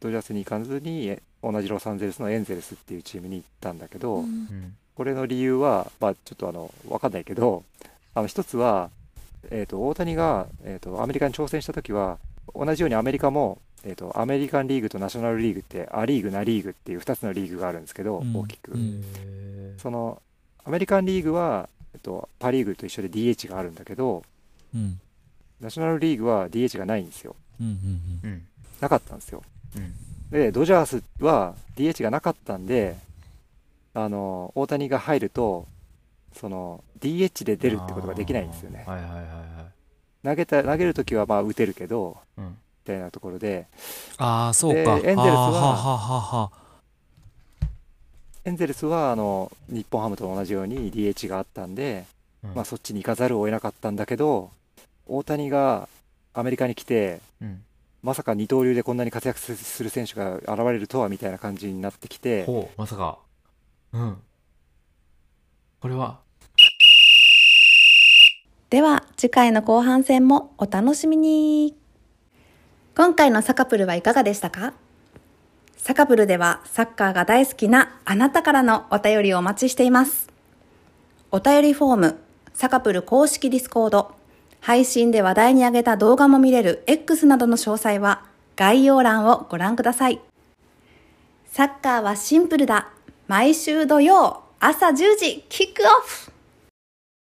Speaker 6: ドジャースに行かずにえ同じロサンゼルスのエンゼルスっていうチームに行ったんだけど、
Speaker 5: うん
Speaker 7: うん
Speaker 6: これの理由は、まあ、ちょっとあの分かんないけどあの一つは、えー、と大谷が、えー、とアメリカに挑戦した時は同じようにアメリカも、えー、とアメリカンリーグとナショナルリーグってア・リーグナ・リーグっていう2つのリーグがあるんですけど、
Speaker 3: うん
Speaker 6: 大きく、
Speaker 3: うん
Speaker 6: そのアメリカンリーグは、えっと、パ・リーグと一緒で DH があるんだけど
Speaker 3: うん
Speaker 6: ナショナルリーグは DH がないんですよ
Speaker 3: うんうん
Speaker 7: うん
Speaker 6: なかったんですよ
Speaker 7: うん
Speaker 6: でドジャースは DH がなかったんであの大谷が入るとその DH で出るってことができないんですよね
Speaker 7: あーはいはいはいはい
Speaker 6: 投げた投げるときはまあ打てるけど
Speaker 7: うん
Speaker 6: みたいなところで
Speaker 3: ああそうかあ
Speaker 6: でエンゼルスは
Speaker 3: あはははは
Speaker 6: エンゼルスはあの日本ハムと同じように DH があったんで、
Speaker 7: うん
Speaker 6: まあ、そっちに行かざるを得なかったんだけど大谷がアメリカに来て
Speaker 7: うん
Speaker 6: まさか二刀流でこんなに活躍する選手が現れるとはみたいな感じになってきて、
Speaker 7: ほうまさかうんこれは
Speaker 1: では次回の後半戦もお楽しみに今回のサカプルはいかがでしたかサカプルではサッカーが大好きなあなたからのお便りをお待ちしていますお便りフォームサカプル公式ディスコード配信で話題に上げた動画も見れる X などの詳細は概要欄をご覧くださいサッカーはシンプルだ毎週土曜朝10時キックオフ